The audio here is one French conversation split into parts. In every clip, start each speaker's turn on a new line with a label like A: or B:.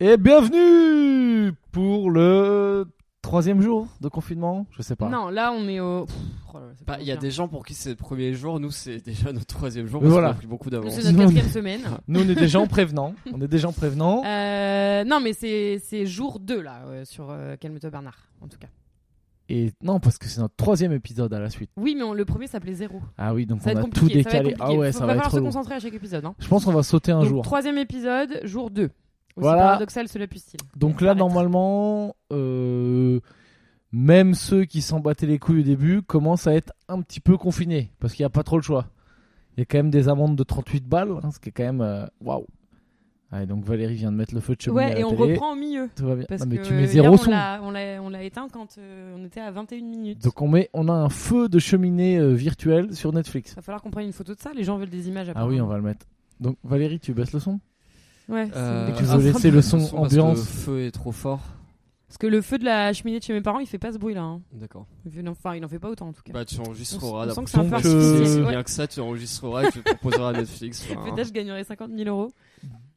A: Et bienvenue pour le troisième jour de confinement, je sais pas.
B: Non, là on est au. Pff, oh là là, c'est
C: Bah, Il y a
B: bien.
C: des gens pour qui c'est le premier jour, nous c'est déjà notre troisième jour,
A: Mais
C: parce
A: voilà.
C: qu'on a pris beaucoup d'avance.
B: C'est notre
A: Non,
B: quatrième semaine.
A: Nous on est des gens prévenants, on est des gens prévenants.
B: Euh, non, mais c'est c'est jour 2 là euh, sur euh, Calme-toi Bernard, en tout cas.
A: Et non parce que c'est notre troisième épisode à la suite.
B: Oui, mais on- le premier s'appelait Zéro.
A: Ah oui, donc
B: Ça
A: on
B: va
A: a
B: être
A: tout
B: compliqué.
A: décalé.
B: Ça va être
A: Ah ouais,
B: compliqué.
A: ça
B: Faut-
A: va
B: falloir
A: être
B: se
A: long.
B: concentrer à chaque épisode. hein.
A: Je pense qu'on va sauter un
B: Donc,
A: jour.
B: Troisième épisode, jour 2. Aussi
A: Voilà.
B: paradoxal cela puisse-t-il.
A: Donc là
B: paraître.
A: normalement, euh, même ceux qui s'en battaient les couilles au début commencent à être un petit peu confinés parce qu'il n'y a pas trop le choix. Il y a quand même des amendes de 38 balles, hein, ce qui est quand même euh, waouh. Allez, donc Valérie vient de mettre le feu de cheminée à
B: Ouais,
A: la
B: et on
A: télé.
B: reprend au milieu.
A: Tout va bien.
B: Parce
A: Non, mais
B: que euh,
A: tu mets
B: hier,
A: zéro
B: on
A: son.
B: l'a- on l'a on l'a éteint quand euh, on était à 21 minutes.
A: Donc on met, on a un feu de cheminée euh, virtuel sur Netflix.
B: Il va falloir qu'on prenne une photo de ça. Les gens veulent des images après.
A: Ah oui, on va le mettre. Donc Valérie, tu baisses le son
B: Ouais, c'est-
C: Euh,
A: Et tu veux
C: ah,
A: laisser
C: ça,
A: le son
C: parce que
A: ambiance.
C: Le feu est trop fort.
B: Parce que le feu de la cheminée de chez mes parents, il fait pas ce bruit là. hein.
C: D'accord.
B: Il fait- Enfin, il en fait pas autant en tout cas.
C: Bah tu enregistreras
B: On s- on
C: d'après.
B: sent que c'est un
A: Donc, euh,
B: peu
C: Si c'est
B: artificiel. ouais.
C: bien que ça, tu enregistreras et tu le proposeras à Netflix. enfin,
B: Peut-être je gagnerais 50 000 euros.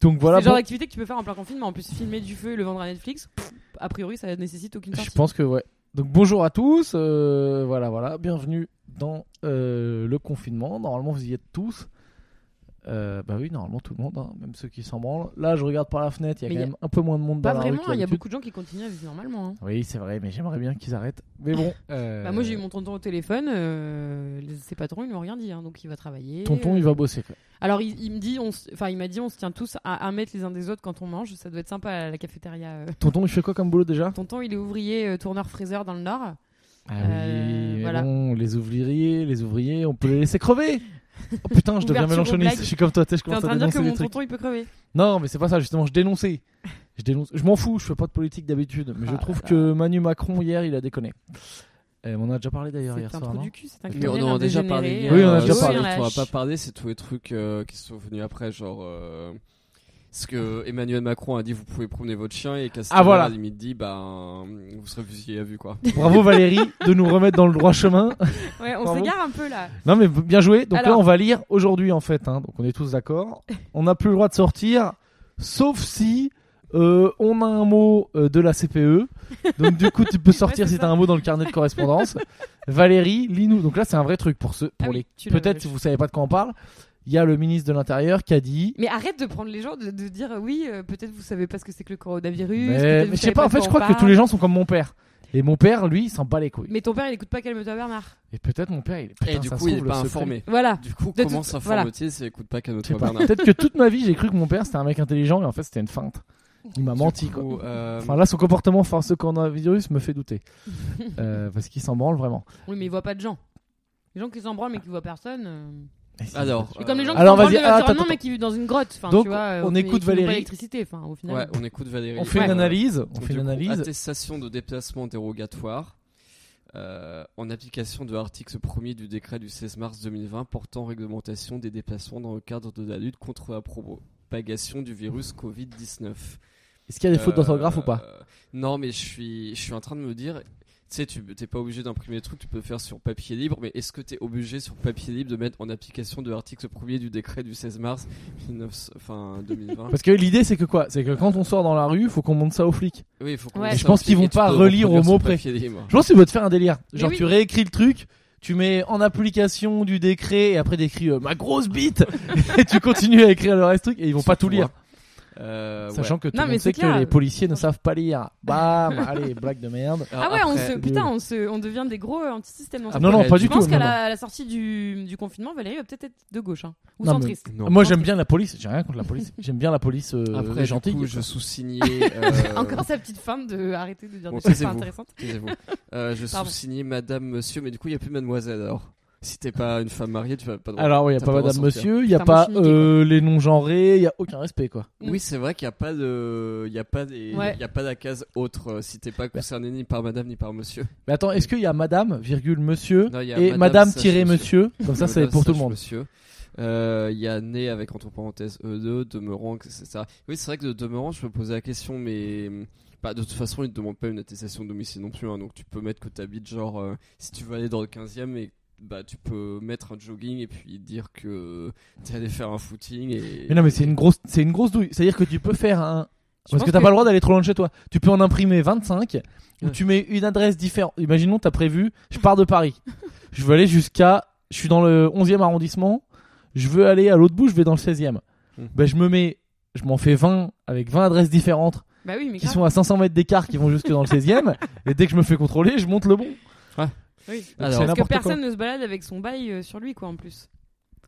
A: Donc voilà.
B: c'est le genre
A: bon,
B: d'activité que tu peux faire en plein confinement. En plus, filmer du feu et le vendre à Netflix, pff, a priori, ça nécessite aucune
A: je
B: sortie.
A: pense que ouais. Donc bonjour à tous. euh, voilà, voilà. Bienvenue dans euh, le confinement. Normalement, vous y êtes tous. Euh, bah oui, normalement tout le monde, hein, même ceux qui s'en branlent. Là, je regarde par la fenêtre. Il y a quand
B: Mais y a-
A: même un peu moins de monde
B: Pas
A: dans la rue
B: vraiment, hein.
A: qu'à
B: il y a
A: l'habitude.
B: beaucoup de gens qui continuent à vivre normalement. hein.
A: Oui, c'est vrai, mais j'aimerais bien qu'ils arrêtent. Mais bon. euh,
B: Bah, moi, j'ai eu mon tonton au téléphone, euh, les- ses patrons, ils lui ont rien dit, hein, donc il va travailler.
A: Tonton,
B: Euh,
A: il va bosser. quoi.
B: Alors, il, il me dit, on se- enfin, il m'a dit, on se tient tous à un mètre les uns des autres quand on mange, ça doit être sympa à la cafétéria. euh.
A: Tonton, il fait quoi comme boulot déjà
B: Tonton, il est ouvrier euh, tourneur-fraiseur dans le Nord.
A: Ah
B: Euh,
A: oui, mais
B: voilà.
A: bon, les ouvriers, les ouvriers, on peut les laisser crever. Oh putain, je deviens
B: Ouverture aux
A: mélanchoniste.
B: blagues.
A: Je suis comme toi, tu sais, je
B: T'es en
A: commence à
B: train de dire que
A: dénoncer
B: mon
A: des trucs.
B: tonton, il peut crever.
A: Non, mais c'est pas ça, justement, je dénonçais. Je dénonce. Je m'en fous, je fais pas de politique d'habitude, mais je
B: Ah
A: trouve
B: là là.
A: que Manu Macron hier, il a déconné. Euh, on en a déjà parlé d'ailleurs hier
B: C'est un
A: soir.
B: trou
A: non
B: du cul, c'est un
C: Mais
B: criminel,
C: on
B: un
C: en a déjà
B: dégénéré,
C: parlé.
B: euh,
A: Oui, on en a déjà
C: euh,
A: parlé.
B: un
C: Ce dont on
B: lâche.
C: va pas parler, c'est tous les trucs euh, qui sont venus après, genre. euh, Ce que Emmanuel Macron a dit, vous pouvez promener votre chien et Castor
A: Ah, voilà.
C: à la limite dit, bah vous serez fusillé à vue quoi.
A: Bravo Valérie de nous remettre dans le droit chemin.
B: Ouais, on
A: Pardon
B: s'égare un peu là.
A: Non, mais bien joué. Donc là,
B: Alors-
A: on va lire aujourd'hui en fait. hein. Donc on est tous d'accord. On n'a plus le droit de sortir, sauf si euh, on a un mot euh, de la CPE. Donc du coup, tu peux sortir
B: Ouais, c'est
A: si t'as un mot dans le carnet de correspondance. Valérie, lis-nous. Donc là, c'est un vrai truc pour ceux, pour
B: Ah oui, tu
A: les.
B: l'as-
A: Peut-être
B: je-
A: si vous savez pas de quoi on parle. Il y a le ministre de l'Intérieur qui a dit.
B: Mais arrête de prendre les gens, de, de dire euh, oui, euh, peut-être vous savez pas ce que c'est que le coronavirus.
A: Mais, mais je sais pas. En fait, je crois que tous les gens sont comme mon père. Et mon père, lui, il s'en bat les couilles.
B: Mais ton père, il écoute pas Calme-toi Bernard.
A: Et peut-être mon père, il est.
C: Et
A: putain,
C: du
A: ça
C: coup,
A: se
C: il est
A: trouve,
C: pas
A: le secret-
C: informé.
B: Voilà.
C: Du coup,
B: De
C: comment
B: toute- voilà.
C: s'informe-t-il s'il écoute pas qu'à
A: Je sais
C: notre
A: pas.
C: Bernard
A: Peut-être que toute ma vie, j'ai cru que mon père c'était un mec intelligent et en fait c'était une feinte. Il m'a
C: Du
A: Bah, menti quoi.
C: coup, euh,
A: Enfin là, son comportement face au coronavirus me fait douter. Euh, parce qu'il s'en branle vraiment.
B: Oui, mais il voit pas de gens. Les gens qui s'en branlent mais qui voient personne. euh.
C: Alors,
B: C'est comme les gens qui
A: Alors,
B: s'en branlent
A: vas-y,
B: de
A: ah,
B: l'environnement
A: attends,
B: mais qui vivent dans une grotte. Enfin,
A: Donc,
B: tu vois, euh,
A: on
B: mais
A: écoute
B: qui n'ont pas
A: Valérie.
B: l'électricité, enfin, au final.
C: ouais, on écoute Valérie.
A: On fait
C: Euh,
A: une analyse. On
C: donc,
A: fait
C: du
A: une
C: coup, ah,
A: analyse.
C: Attestation de déplacement dérogatoire euh, en application de l'article 1er du décret du 16 mars 2020 portant réglementation des déplacements dans le cadre de la lutte contre la propagation du virus Covid-19.
A: Est-ce qu'il y a des fautes
C: Euh,
A: d'orthographe ou pas
C: euh, Non, mais je suis, je suis en train de me dire, tu sais, tu t'es pas obligé d'imprimer le truc, tu peux le faire sur papier libre, mais est-ce que tu es obligé sur papier libre de mettre en application de l'article 1er du décret du 16 mars 19, enfin, 2020
A: Parce que l'idée c'est que quoi C'est que quand on sort dans la rue, faut qu'on monte ça aux flics.
C: Oui, il faut qu'on
B: Ouais.
C: mette
B: Je
C: ça
A: pense
C: aussi,
A: qu'ils vont
C: et tu
A: pas
C: peux
A: relire au
C: reproduire
A: mot
C: sur
A: près.
C: papier libre.
A: Je pense qu'ils veulent te faire un délire. Genre
B: oui.
A: tu réécris le truc, tu mets en application du décret et après t'écris euh, ma grosse bite et tu continues à écrire le reste truc et ils vont pas tout lire.
C: Euh, ouais.
A: Sachant que tout
B: Non,
A: le
B: mais
A: monde sait
B: c'est clair.
A: que les policiers ne savent pas lire. Bam Allez, blague de merde.
B: Ah ouais, on
C: Après,
B: se, putain, on, se, on devient des gros euh, antisystèmes. dans ce
C: Ah,
A: non,
B: pays.
A: non, pas
C: tu
A: du
B: Je pense
A: tout.
B: qu'à
A: non, non.
B: la, à la sortie du, du confinement, Valérie va peut-être être de gauche. Hein, ou
A: Non, mais-
B: centriste.
C: Non.
A: Moi j'aime bien la police, j'ai rien contre la police. J'aime bien la police euh,
C: Après, du
A: gentille.
C: coup,
A: quoi.
C: je sous-signais. euh,
B: Encore sa petite femme de arrêter de dire
C: Bon,
B: des choses pas
C: taisez-vous.
B: intéressantes.
C: taisez-vous. Euh, je
B: Pardon.
C: sous-signais madame, monsieur, mais du coup, il n'y a plus mademoiselle alors. Si t'es pas une femme mariée, tu vas pas droit.
A: Alors, il n'y a
C: Ça
A: pas
C: peut
A: madame,
C: ressortir.
A: monsieur, il n'y a
B: Putain, moi,
A: pas
B: je suis niquée,
A: euh, les non-genrés, il n'y a aucun respect, quoi.
C: Oui, c'est vrai qu'il n'y a pas de, il y a pas des,
B: Ouais.
C: il y a pas la case autre euh, si t'es pas
A: Bah.
C: concerné ni par madame ni par monsieur.
A: Mais attends, est-ce qu'il y a madame, virgule, monsieur,
C: Non, il y a
A: et
C: madame,
A: madame,
C: sache,
A: tiré monsieur Comme ça, c'est
C: Madame
A: pour tout le
C: slash
A: monde.
C: Monsieur, Euh, il y a né avec entre parenthèses E2, demeurant, etc. Oui, c'est vrai que de demeurant, je me posais la question, mais bah, de toute façon, ils te demandent pas une attestation de domicile non plus, hein, donc tu peux mettre que t'habites genre, euh, si tu veux aller dans le 15e et bah tu peux mettre un jogging et puis dire que t'es allé faire un footing et.
A: Mais non, mais c'est une grosse, c'est une grosse douille. C'est-à-dire que tu peux faire un Parce que t'as pas le droit d'aller trop loin de chez toi. Tu peux en imprimer 25 ou
C: Ouais.
A: tu mets une adresse différente. Imaginons, t'as prévu, je pars de Paris. je veux aller jusqu'à. Je suis dans le 11e arrondissement. Je veux aller à l'autre bout, je vais dans le 16e.
B: Mmh.
C: Mhm.
A: Ben, je me mets. Je m'en fais 20 avec 20 adresses différentes
B: Bah oui, mais
A: qui
B: grave.
A: sont à 500 mètres d'écart qui vont jusque dans le 16e. Et dès que je me fais contrôler, je monte le bon.
B: Oui.
C: Alors-
A: c'est
B: Parce que
A: n'importe quoi.
B: personne ne se balade avec son bail euh, sur lui, quoi, en plus.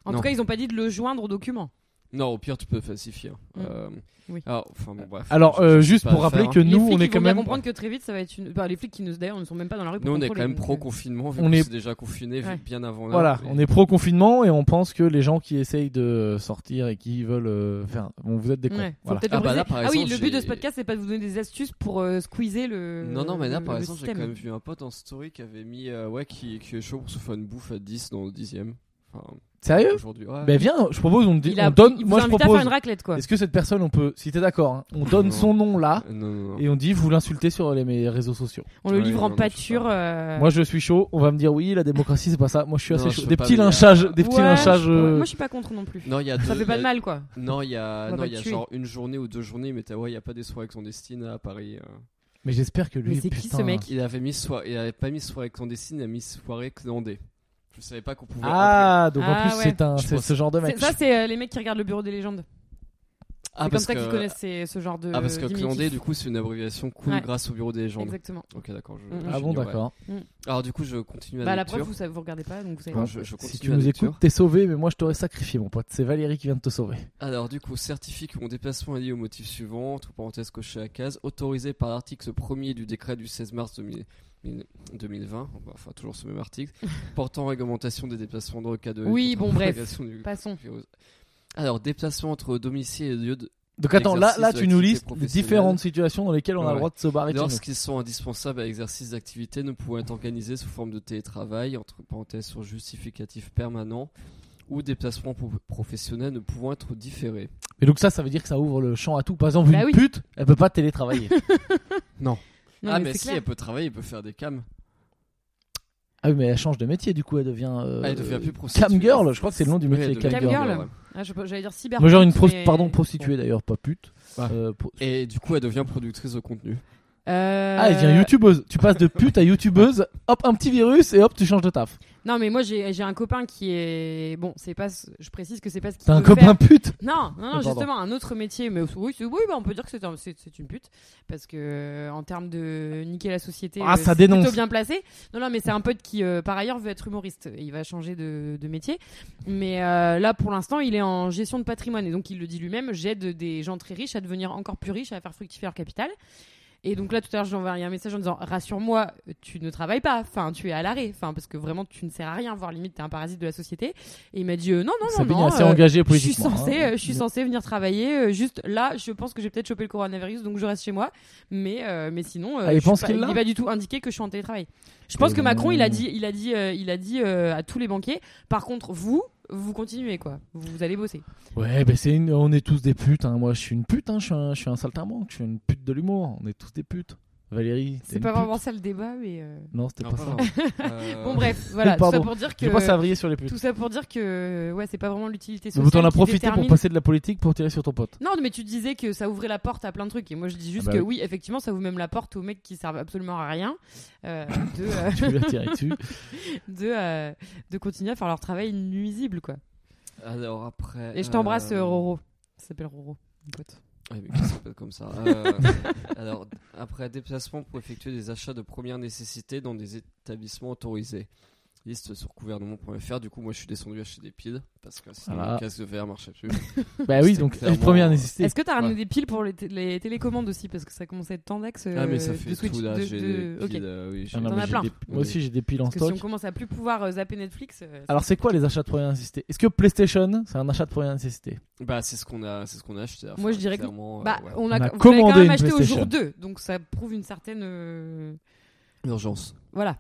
B: En
C: Non.
B: tout cas, ils ont pas dit de le joindre au document.
C: Non, au pire, tu peux falsifier. hein.
B: Mm.
C: Euh,
B: Oui.
C: Alors, enfin, bon, bref.
A: Alors,
C: Je-
A: euh,
C: je sais
A: juste
C: pas
A: pour
C: à faire,
A: rappeler
C: hein.
A: que
B: les
A: nous,
B: flics,
A: on est
B: ils vont
A: quand
B: bien
A: même.
B: comprendre que très vite, ça va être une. Enfin, les flics qui ne d'ailleurs ne sont même pas dans la rue. pour
C: Nous, on est quand
B: contrôler,
C: même
B: donc,
C: pro
B: euh,
C: confinement, vu
A: on
C: que
A: est-
C: c'est déjà confiné vu
B: Ouais.
C: bien avant. là.
A: Voilà,
C: Et-
A: on est pro confinement et on pense que les gens qui essayent de sortir et qui veulent euh, faire. Bon, vous êtes des cons.
B: ouais, faut
A: Voilà.
B: peut-être
C: Ah
B: le
C: bah là,
B: briser.
C: par
B: Ah oui,
C: exemple,
B: le but de
C: j'ai-
B: ce podcast, c'est pas de vous donner des astuces pour euh, squeezer le.
C: Non, non, mais là,
B: Euh, le-
C: par
B: le
C: exemple, j'ai quand
B: système.
C: même vu un pote en story qui avait mis. euh, ouais, qui, qui est chaud pour se faire une bouffe à 10 dans le 10ème. Enfin,
A: Sérieux
C: Aujourd'hui, ouais.
A: Ben viens, je propose, on, dé-
B: Il a-
A: on donne.
B: il vous
A: Moi, je
B: invite à
A: propose.
B: faire une raclette, quoi.
A: Est-ce que cette personne, on peut. Si t'es d'accord, hein, on donne
C: Non.
A: son nom là
C: Euh, Non, non, non.
A: et on dit vous l'insultez sur les mes réseaux sociaux.
B: On le
C: Ouais,
B: livre
C: non,
B: en
C: non, je sais
B: pâture. euh,
A: Moi, je suis chaud, on va me dire oui, la démocratie, c'est pas ça. Moi, je suis
C: Non,
A: assez
C: je
A: chaud.
C: veux
A: Des
C: pas,
A: petits
C: mais il y a-
A: lynchages. Des
B: Ouais,
A: petits
B: je-
A: lynchages.
B: ouais,
A: euh,
B: Moi, je suis pas contre non plus.
C: Non, il y a
B: Ça
C: deux-
B: fait pas
C: il
B: de
C: y a-
B: mal, quoi.
C: Non, il y
B: On
C: a,
B: va
C: non,
B: pas
C: il y a
B: le tuer.
C: genre une journée ou deux journées, mais t'as, ouais, il n'y a pas des soirées clandestines là, à Paris. euh.
A: Mais j'espère que lui.
B: Mais c'est qui ce
A: putain.
B: mec
C: Il avait mis soi, il avait pas mis soirée clandestine, il a mis soirée clandée. Je savais pas qu'on pouvait. appeler.
A: Ah, donc en
B: Ah,
A: plus,
B: ouais.
A: c'est un,
C: Je
A: c'est
C: pense-
A: ce genre de mec.
B: C'est- Ça, c'est euh, les mecs qui regardent le bureau des légendes.
C: ah
B: c'est comme
C: parce
B: ça
C: que-
B: qu'ils connaissent ces- ce genre de.
C: Ah parce que
B: diminutif.
C: clandé, du coup, c'est une abréviation cool
B: Ouais.
C: grâce au bureau des légendes.
B: Exactement.
C: Ok, d'accord. je-
B: Ah
A: Ah
C: j'ignorais.
A: bon, d'accord.
C: Alors du coup, je continue la
B: Bah, la
C: lecture. Hein
B: preuve, vous, savez- vous regardez pas, donc vous savez.
C: Bon,
B: pas.
C: je, je continue
A: Si tu
C: la
A: nous
C: lecture.
A: écoutes, t'es sauvé, mais moi je t'aurais sacrifié, mon pote. C'est Valérie qui vient de te sauver.
C: Alors du coup, certifie que mon déplacement est lié au motif suivant, entre parenthèses coché à case, autorisé par l'article 1er du décret du 16 mars 2000 2020, enfin toujours ce même article, portant réglementation des déplacements dans le cas de...
B: Oui,
C: contre
B: bon,
C: la
B: bref.
C: propagation du
B: Passons.
C: virus. Alors, déplacement entre domicile et lieu de...
A: Donc attends, là,
C: L'exercice
A: là
C: de
A: tu nous
C: l'activité
A: listes les
C: professionnelle.
A: différentes situations dans lesquelles on a le
C: Ouais.
A: droit de se
B: Ah,
A: barrer. de chez nous.
C: Lorsqu'ils sont indispensables à l'exercice d'activités ne pouvant être organisés sous forme de télétravail, entre parenthèses sur justificatif permanent, ou déplacement pro- professionnel ne pouvant être différés.
A: Et donc ça, ça veut dire que ça ouvre le champ à tout. Par exemple,
B: Bah
A: une
B: oui.
A: pute, elle peut pas télétravailler.
C: Non.
B: Non,
C: ah
B: mais
C: mais,
B: c'est
C: si,
B: clair.
C: elle peut travailler, elle peut faire des cams.
A: ah oui, mais elle change de métier, du coup, elle devient. euh,
C: Ah, elle devient plus prostituée.
A: Cam girl, je crois que c'est le nom du
C: Oui,
A: métier.
C: elle
A: cam
C: devient
A: girl.
B: Cam girl.
C: ouais.
B: Ah, je- J'allais dire cyber.
A: Moi, genre une pros-
B: mais-
A: pardon prostituée d'ailleurs, pas pute.
C: Ah.
A: Euh, pro-
C: Et du coup, elle devient productrice de contenu.
B: Euh,
A: Ah, elle devient youtubeuse. Tu passes de pute à youtubeuse, hop, un petit virus et hop, tu changes de taf.
B: Non, mais moi j'ai j'ai un copain qui est bon. C'est pas. ce- Je précise que c'est pas ce qu'il
A: T'as un
B: veut
A: copain
B: faire.
A: pute
B: Non, non, non
A: Pardon.
B: justement un autre métier. Mais oui, c'est- oui, bah, on peut dire que c'est un- c'est c'est une pute parce que euh, en termes de niquer la société,
A: Ah,
B: euh,
A: ça
B: c'est
A: dénonce.
B: plutôt bien placé. Non, non, mais c'est un pote qui euh, par ailleurs veut être humoriste. Il va changer de, de métier, mais euh, là pour l'instant il est en gestion de patrimoine et donc il le dit lui-même. J'aide des gens très riches à devenir encore plus riches, à faire fructifier leur capital. Et donc là, tout à l'heure, j'ai envoyé un message en disant Rassure-moi, tu ne travailles pas, enfin, tu es à l'arrêt, enfin, parce que vraiment, tu ne sers à rien, voire limite, t'es un parasite de la société. Et il m'a dit euh, Non, non, non,
A: Sabine est
B: non.
A: assez
B: euh,
A: engagée
B: je suis
A: politiquement.
B: censée,
A: hein.
B: euh, je suis censée venir travailler. euh, juste là, je pense que j'ai peut-être chopé le coronavirus, donc je reste chez moi. Mais, euh, mais sinon, euh,
A: Ah, il
B: je suis
A: pense
B: pas-
A: qu'il
B: il
A: l'a ben,
B: n'est pas du tout indiqué que je suis en télétravail. Je pense que Macron, il a dit, il a dit, euh, il a dit euh, à tous les banquiers. Par contre, vous, vous continuez quoi, vous, vous allez bosser.
A: Ouais, ben c'est une... on est tous des putes. hein. Moi, je suis une pute, hein. je, suis un... je suis un saltimbanque, je suis une pute de l'humour. On est tous des putes. Valérie, t'es
B: C'est
A: une
B: pas
A: pute.
B: vraiment ça le débat, mais. euh,
A: Non,
C: Ah,
A: c'était pas, ça.
C: Euh,
B: Bon bref, voilà. Tout ça
A: Pardon.
B: pour dire que.
A: Je passe à vriller sur les putes.
B: Tout ça pour dire que ouais, c'est pas vraiment l'utilité sociale.
A: Donc t'en as
B: qui
A: profité pour
B: détermine-
A: passer de la politique pour tirer sur ton pote.
B: Non, mais tu disais que ça ouvrait la porte à plein de trucs. Et moi, je dis juste
A: Ah bah
B: que oui, effectivement, ça ouvre même la porte aux mecs qui servent absolument à rien euh, de, euh,
A: Tu lui as tiré dessus.
B: de, euh, de continuer à faire leur travail nuisible, quoi.
C: Alors après.
B: Et je t'embrasse,
C: euh,
B: euh, Roro. Ça s'appelle Roro. mon pote.
C: Ouais, mais ça s'appelle comme ça. Euh, alors, après déplacement pour effectuer des achats de première nécessité dans des établissements autorisés. Liste sur gouvernement.fr. Du coup, moi, je suis descendu acheter des piles parce que sinon
A: Voilà.
C: mon casque de verre marchait plus.
A: Bah oui, donc
C: C'était clairement-
A: première nécessité.
B: Est-ce que t'as ramené
C: ouais.
B: des piles pour les, té- les télécommandes aussi Parce que ça commence à être tendax. euh,
C: ah, mais ça fait
B: de Switch,
C: tout là.
B: de-
C: J'ai
B: de-
C: des
B: ok.
C: piles. euh, oui, j'ai-
A: Ah non,
B: T'en
A: mais
B: as
A: j'ai
B: plein.
A: des- Moi aussi, j'ai des piles en
B: Parce que si
A: stock.
B: on commence à plus pouvoir euh, zapper Netflix. euh,
C: Ah,
A: Alors c'est quoi les achats de première nécessité Est-ce que PlayStation, c'est un achat de première nécessité
C: Bah, c'est ce qu'on a, c'est ce qu'on a acheté.
B: Moi, je dirais que-
C: clairement, euh,
B: Bah,
C: ouais.
B: on a,
A: On a
B: vous l'avez
A: commandé
B: quand même
A: une
B: acheté au jour
A: PlayStation.
B: 2, donc ça prouve une certaine. euh,
C: urgence.
B: Voilà.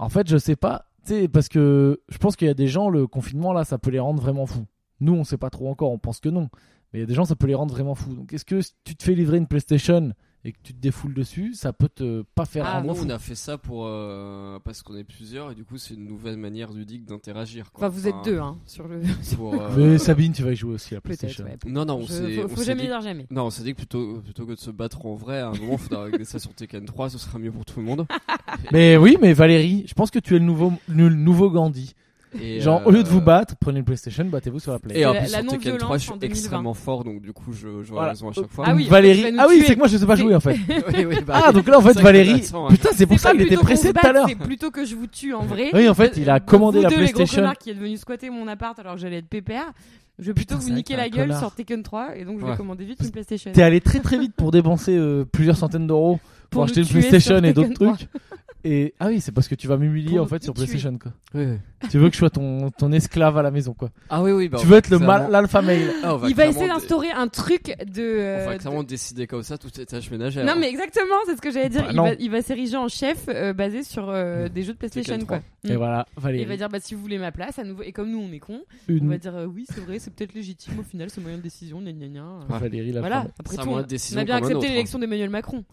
A: En fait, je sais pas. Tu sais, parce que je pense qu'il y a des gens, le confinement là, ça peut les rendre vraiment fous. Nous, on sait pas trop encore, on pense que non. Mais il y a des gens, ça peut les rendre vraiment fous. Donc est-ce que si tu te fais livrer une PlayStation et et que tu te défoules dessus, ça peut te pas faire
B: Ah,
A: un
C: nous,
A: bon
C: on
A: fou.
C: a fait ça pour euh, parce qu'on est plusieurs et du coup c'est une nouvelle manière ludique d'interagir.
B: Enfin,
C: quoi.
B: vous êtes deux, hein, sur le.
C: pour, euh,
A: Mais Sabine, tu vas y jouer aussi à la
B: Peut-être,
A: PlayStation.
B: ouais.
C: Non, non, on
B: Je-
C: s'est.
B: faut,
C: on
B: faut
C: s'est
B: jamais
C: dit-
B: dire jamais.
C: Non, on s'est dit que plutôt, plutôt que de se battre en vrai, à un moment, il faudra régler ça sur Tekken 3, ce sera mieux pour tout le monde.
A: Mais oui, mais Valérie, je pense que tu es le nouveau, le nouveau Gandhi.
C: Et,
A: Genre,
C: euh,
A: au lieu de vous battre, prenez une PlayStation, battez-vous sur la Play.
C: Et en
B: La-
C: plus,
B: la
C: sur Tekken 3,
B: non-violence
C: je suis
B: en 2020.
C: extrêmement fort, donc du coup, je, je vois
A: Voilà.
C: raison à chaque fois.
B: Ah oui,
A: Donc,
B: en fait,
A: Valérie.
B: tu vas nous
A: Ah oui,
B: tuer.
A: c'est que moi je sais pas jouer en fait.
C: Oui, oui, bah,
A: Ah, donc là en
C: c'est
A: fait,
C: ça qui est
A: Valérie.
C: intéressant, hein.
A: Putain, c'est pour
B: C'est
A: ça
B: pas
A: qu'il était
B: plutôt qu'on
A: pressé
B: se
A: tout à
B: batte,
A: l'heure.
B: C'est plutôt que je vous tue en vrai.
A: Oui, en fait, il a
B: Vous
A: commandé la
B: deux, les gros
A: PlayStation.
B: connards qui est devenu squatter mon appart alors que j'allais être PPR. Je vais
A: Putain,
B: plutôt
A: c'est
B: vous
A: vrai
B: niquer
A: que t'es un
B: la gueule
A: connard.
B: sur Tekken 3 et donc je vais
C: Ouais.
B: commander vite une PlayStation.
A: T'es allé très très vite pour dépenser euh, plusieurs centaines d'euros pour,
B: Pour
A: acheter
B: nous
A: une
B: tuer sur
A: PlayStation et d'autres
B: Tekken
A: trucs. Et ah oui, c'est parce que tu vas m'humilier
B: Pour
A: en fait
B: nous
A: sur
B: tuer.
A: PlayStation quoi.
C: Oui, oui.
A: tu veux que je sois ton, ton esclave à la maison quoi.
C: Ah oui, oui, bah,
A: tu
C: on
A: veux
C: va
A: être le mal
C: clairement-
A: l'alpha male.
C: Ah, on
B: Il va essayer
C: clairement dé-
B: d'instaurer un truc de.
C: On va
B: euh,
C: clairement décider comme ça tout étage ménagère.
B: Non mais exactement, c'est ce que j'allais dire.
A: Bah
B: il
A: non. Mmh.
B: va, il va s'ériger en chef euh, basé sur euh, des jeux de PlayStation
C: Tekken
B: quoi. Mmh.
A: Et voilà,
B: Mm. Et il va
A: Valérie.
B: dire bah si vous voulez ma place à nouveau et comme nous on est cons, on
A: Une
B: va dire euh, oui c'est vrai c'est peut-être légitime au final ce moyen de décision gna gna gna.
C: Ouais.
A: Valérie la
B: Voilà
A: femme.
B: après
C: C'est un
B: tout
C: moyen
B: on
C: de décision
B: on a bien
C: comme un
B: accepté
C: autre. hein.
B: l'élection d'Emmanuel Macron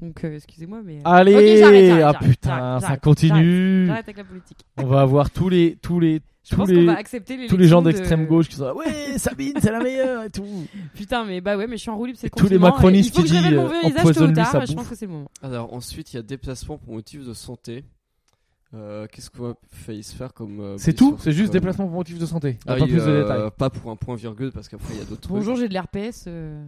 B: donc euh, excusez-moi mais.
A: Allez,
B: Ok, j'arrête, j'arrête,
A: hein. ah
B: j'arrête,
A: putain,
B: j'arrête,
A: ça
B: j'arrête,
A: continue.
B: J'arrête avec la politique.
A: On va avoir tous les tous les
B: Je
A: Tous
B: pense
A: les-
B: qu'on va accepter les
A: tous les gens d'extrême gauche qui sont là, ouais, Sabine, c'est la meilleure et tout.
B: Putain, mais bah ouais, mais je suis en roue libre, c'est
A: Et tous les
B: confinement,
A: macronistes
B: il faut
A: qui
B: que je révèle
A: disent,
B: mon
A: euh,
B: vrai visage tôt ou
A: empoisonne-lui
B: tard,
A: sa
B: Je pense
A: bouffe.
B: que c'est le moment.
C: Alors ensuite, il y a déplacement pour motif de santé. Euh, Qu'est-ce qu'on a failli se faire comme. euh,
A: C'est
C: blessure
A: tout, c'est juste
C: comme-
A: déplacement pour motif de santé. On
C: Ah
A: a pas
C: oui,
A: plus de
C: euh,
A: détails.
C: Pas pour un point virgule parce qu'après il y a d'autres
B: Bonjour,
C: trucs.
B: j'ai de l'herpès. euh.